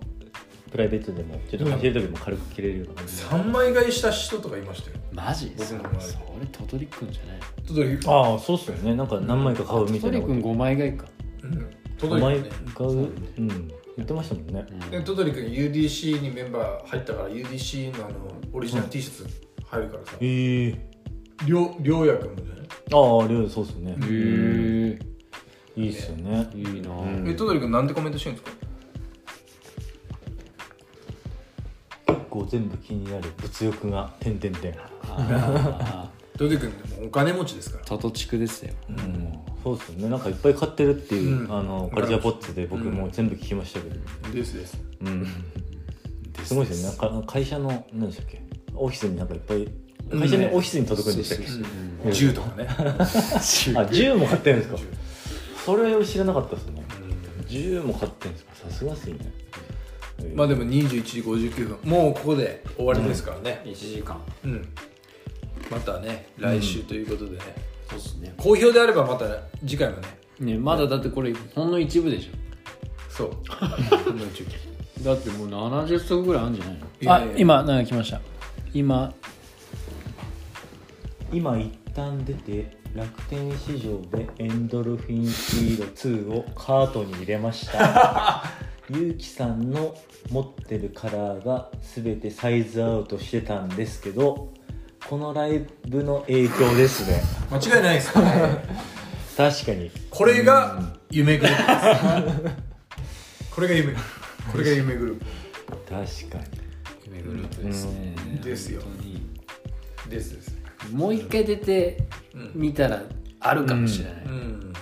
S2: プライベートでもちょっと走る時も軽く着れるような感じで、
S1: 3枚買いした人とかいましたよ
S3: マジ
S1: 僕
S3: そ
S1: の周り
S3: それトトリくんじゃない
S1: 戸鳥
S2: ああそうっすよねなんか何枚か買うみた
S3: ト
S2: い
S3: ト
S2: な
S3: リ
S2: こ
S3: くん
S2: と
S3: 5枚がいいか
S2: お
S1: 届
S2: 前
S1: い
S2: が
S1: てね
S2: うん言ってましたもんね
S1: でトドリ君 UDC にメンバー入ったから UDC のあのオリジナル T シャツ入るからさ
S2: ええ
S1: りょうりょうやくんもじゃない
S2: ああ料理そうっすね
S3: へえ
S2: いいっすよね
S3: いいなぁ、
S1: えトドリ君なんてコメントしてるんですか
S2: 結構全部気になる物欲が点点点
S1: トドリ君でもお金持ちですから
S3: トト地区ですよ
S2: うんそうっすよねなんかいっぱい買ってるっていう、
S1: うん
S2: あのカルチャーポッツで僕もう全部聞きましたけど
S1: ですです
S2: うん、すごいですよねなんか会社の何でしたっけオフィスになんかいっぱい会社にオフィスに届くんでしたっけ、うん
S1: 銃とかね
S2: あ銃も買ってるんですかそれを知らなかったですね銃も買ってるんですかさすがっすね、
S1: まあでも21時59分もうここで終わりですからね
S3: 1時間
S1: うん、またね来週ということでね、
S3: そうっすね
S1: 好評であればまた次回もね
S3: ねまだだってこれほんの一部でしょ
S1: そう こんな中継
S3: だってもう70足ぐらいあるんじゃないの
S1: いや
S4: あ
S1: いや
S4: 今なんか来ました今
S2: 今一旦出て楽天市場でエンドルフィンフィード2をカートに入れましたゆうきさんの持ってるカラーが全てサイズアウトしてたんですけどこのライブの影響ですね
S1: 間違いないですよね
S2: 確かに
S1: これが夢グループですこれが夢これが夢グルー
S2: 確か
S3: 夢グループですね、
S1: んですよ
S3: 本当に
S1: プですです
S3: もう一回出て
S1: うん、
S3: みたらあるかもしれない、
S1: うん、
S2: に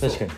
S2: 確かに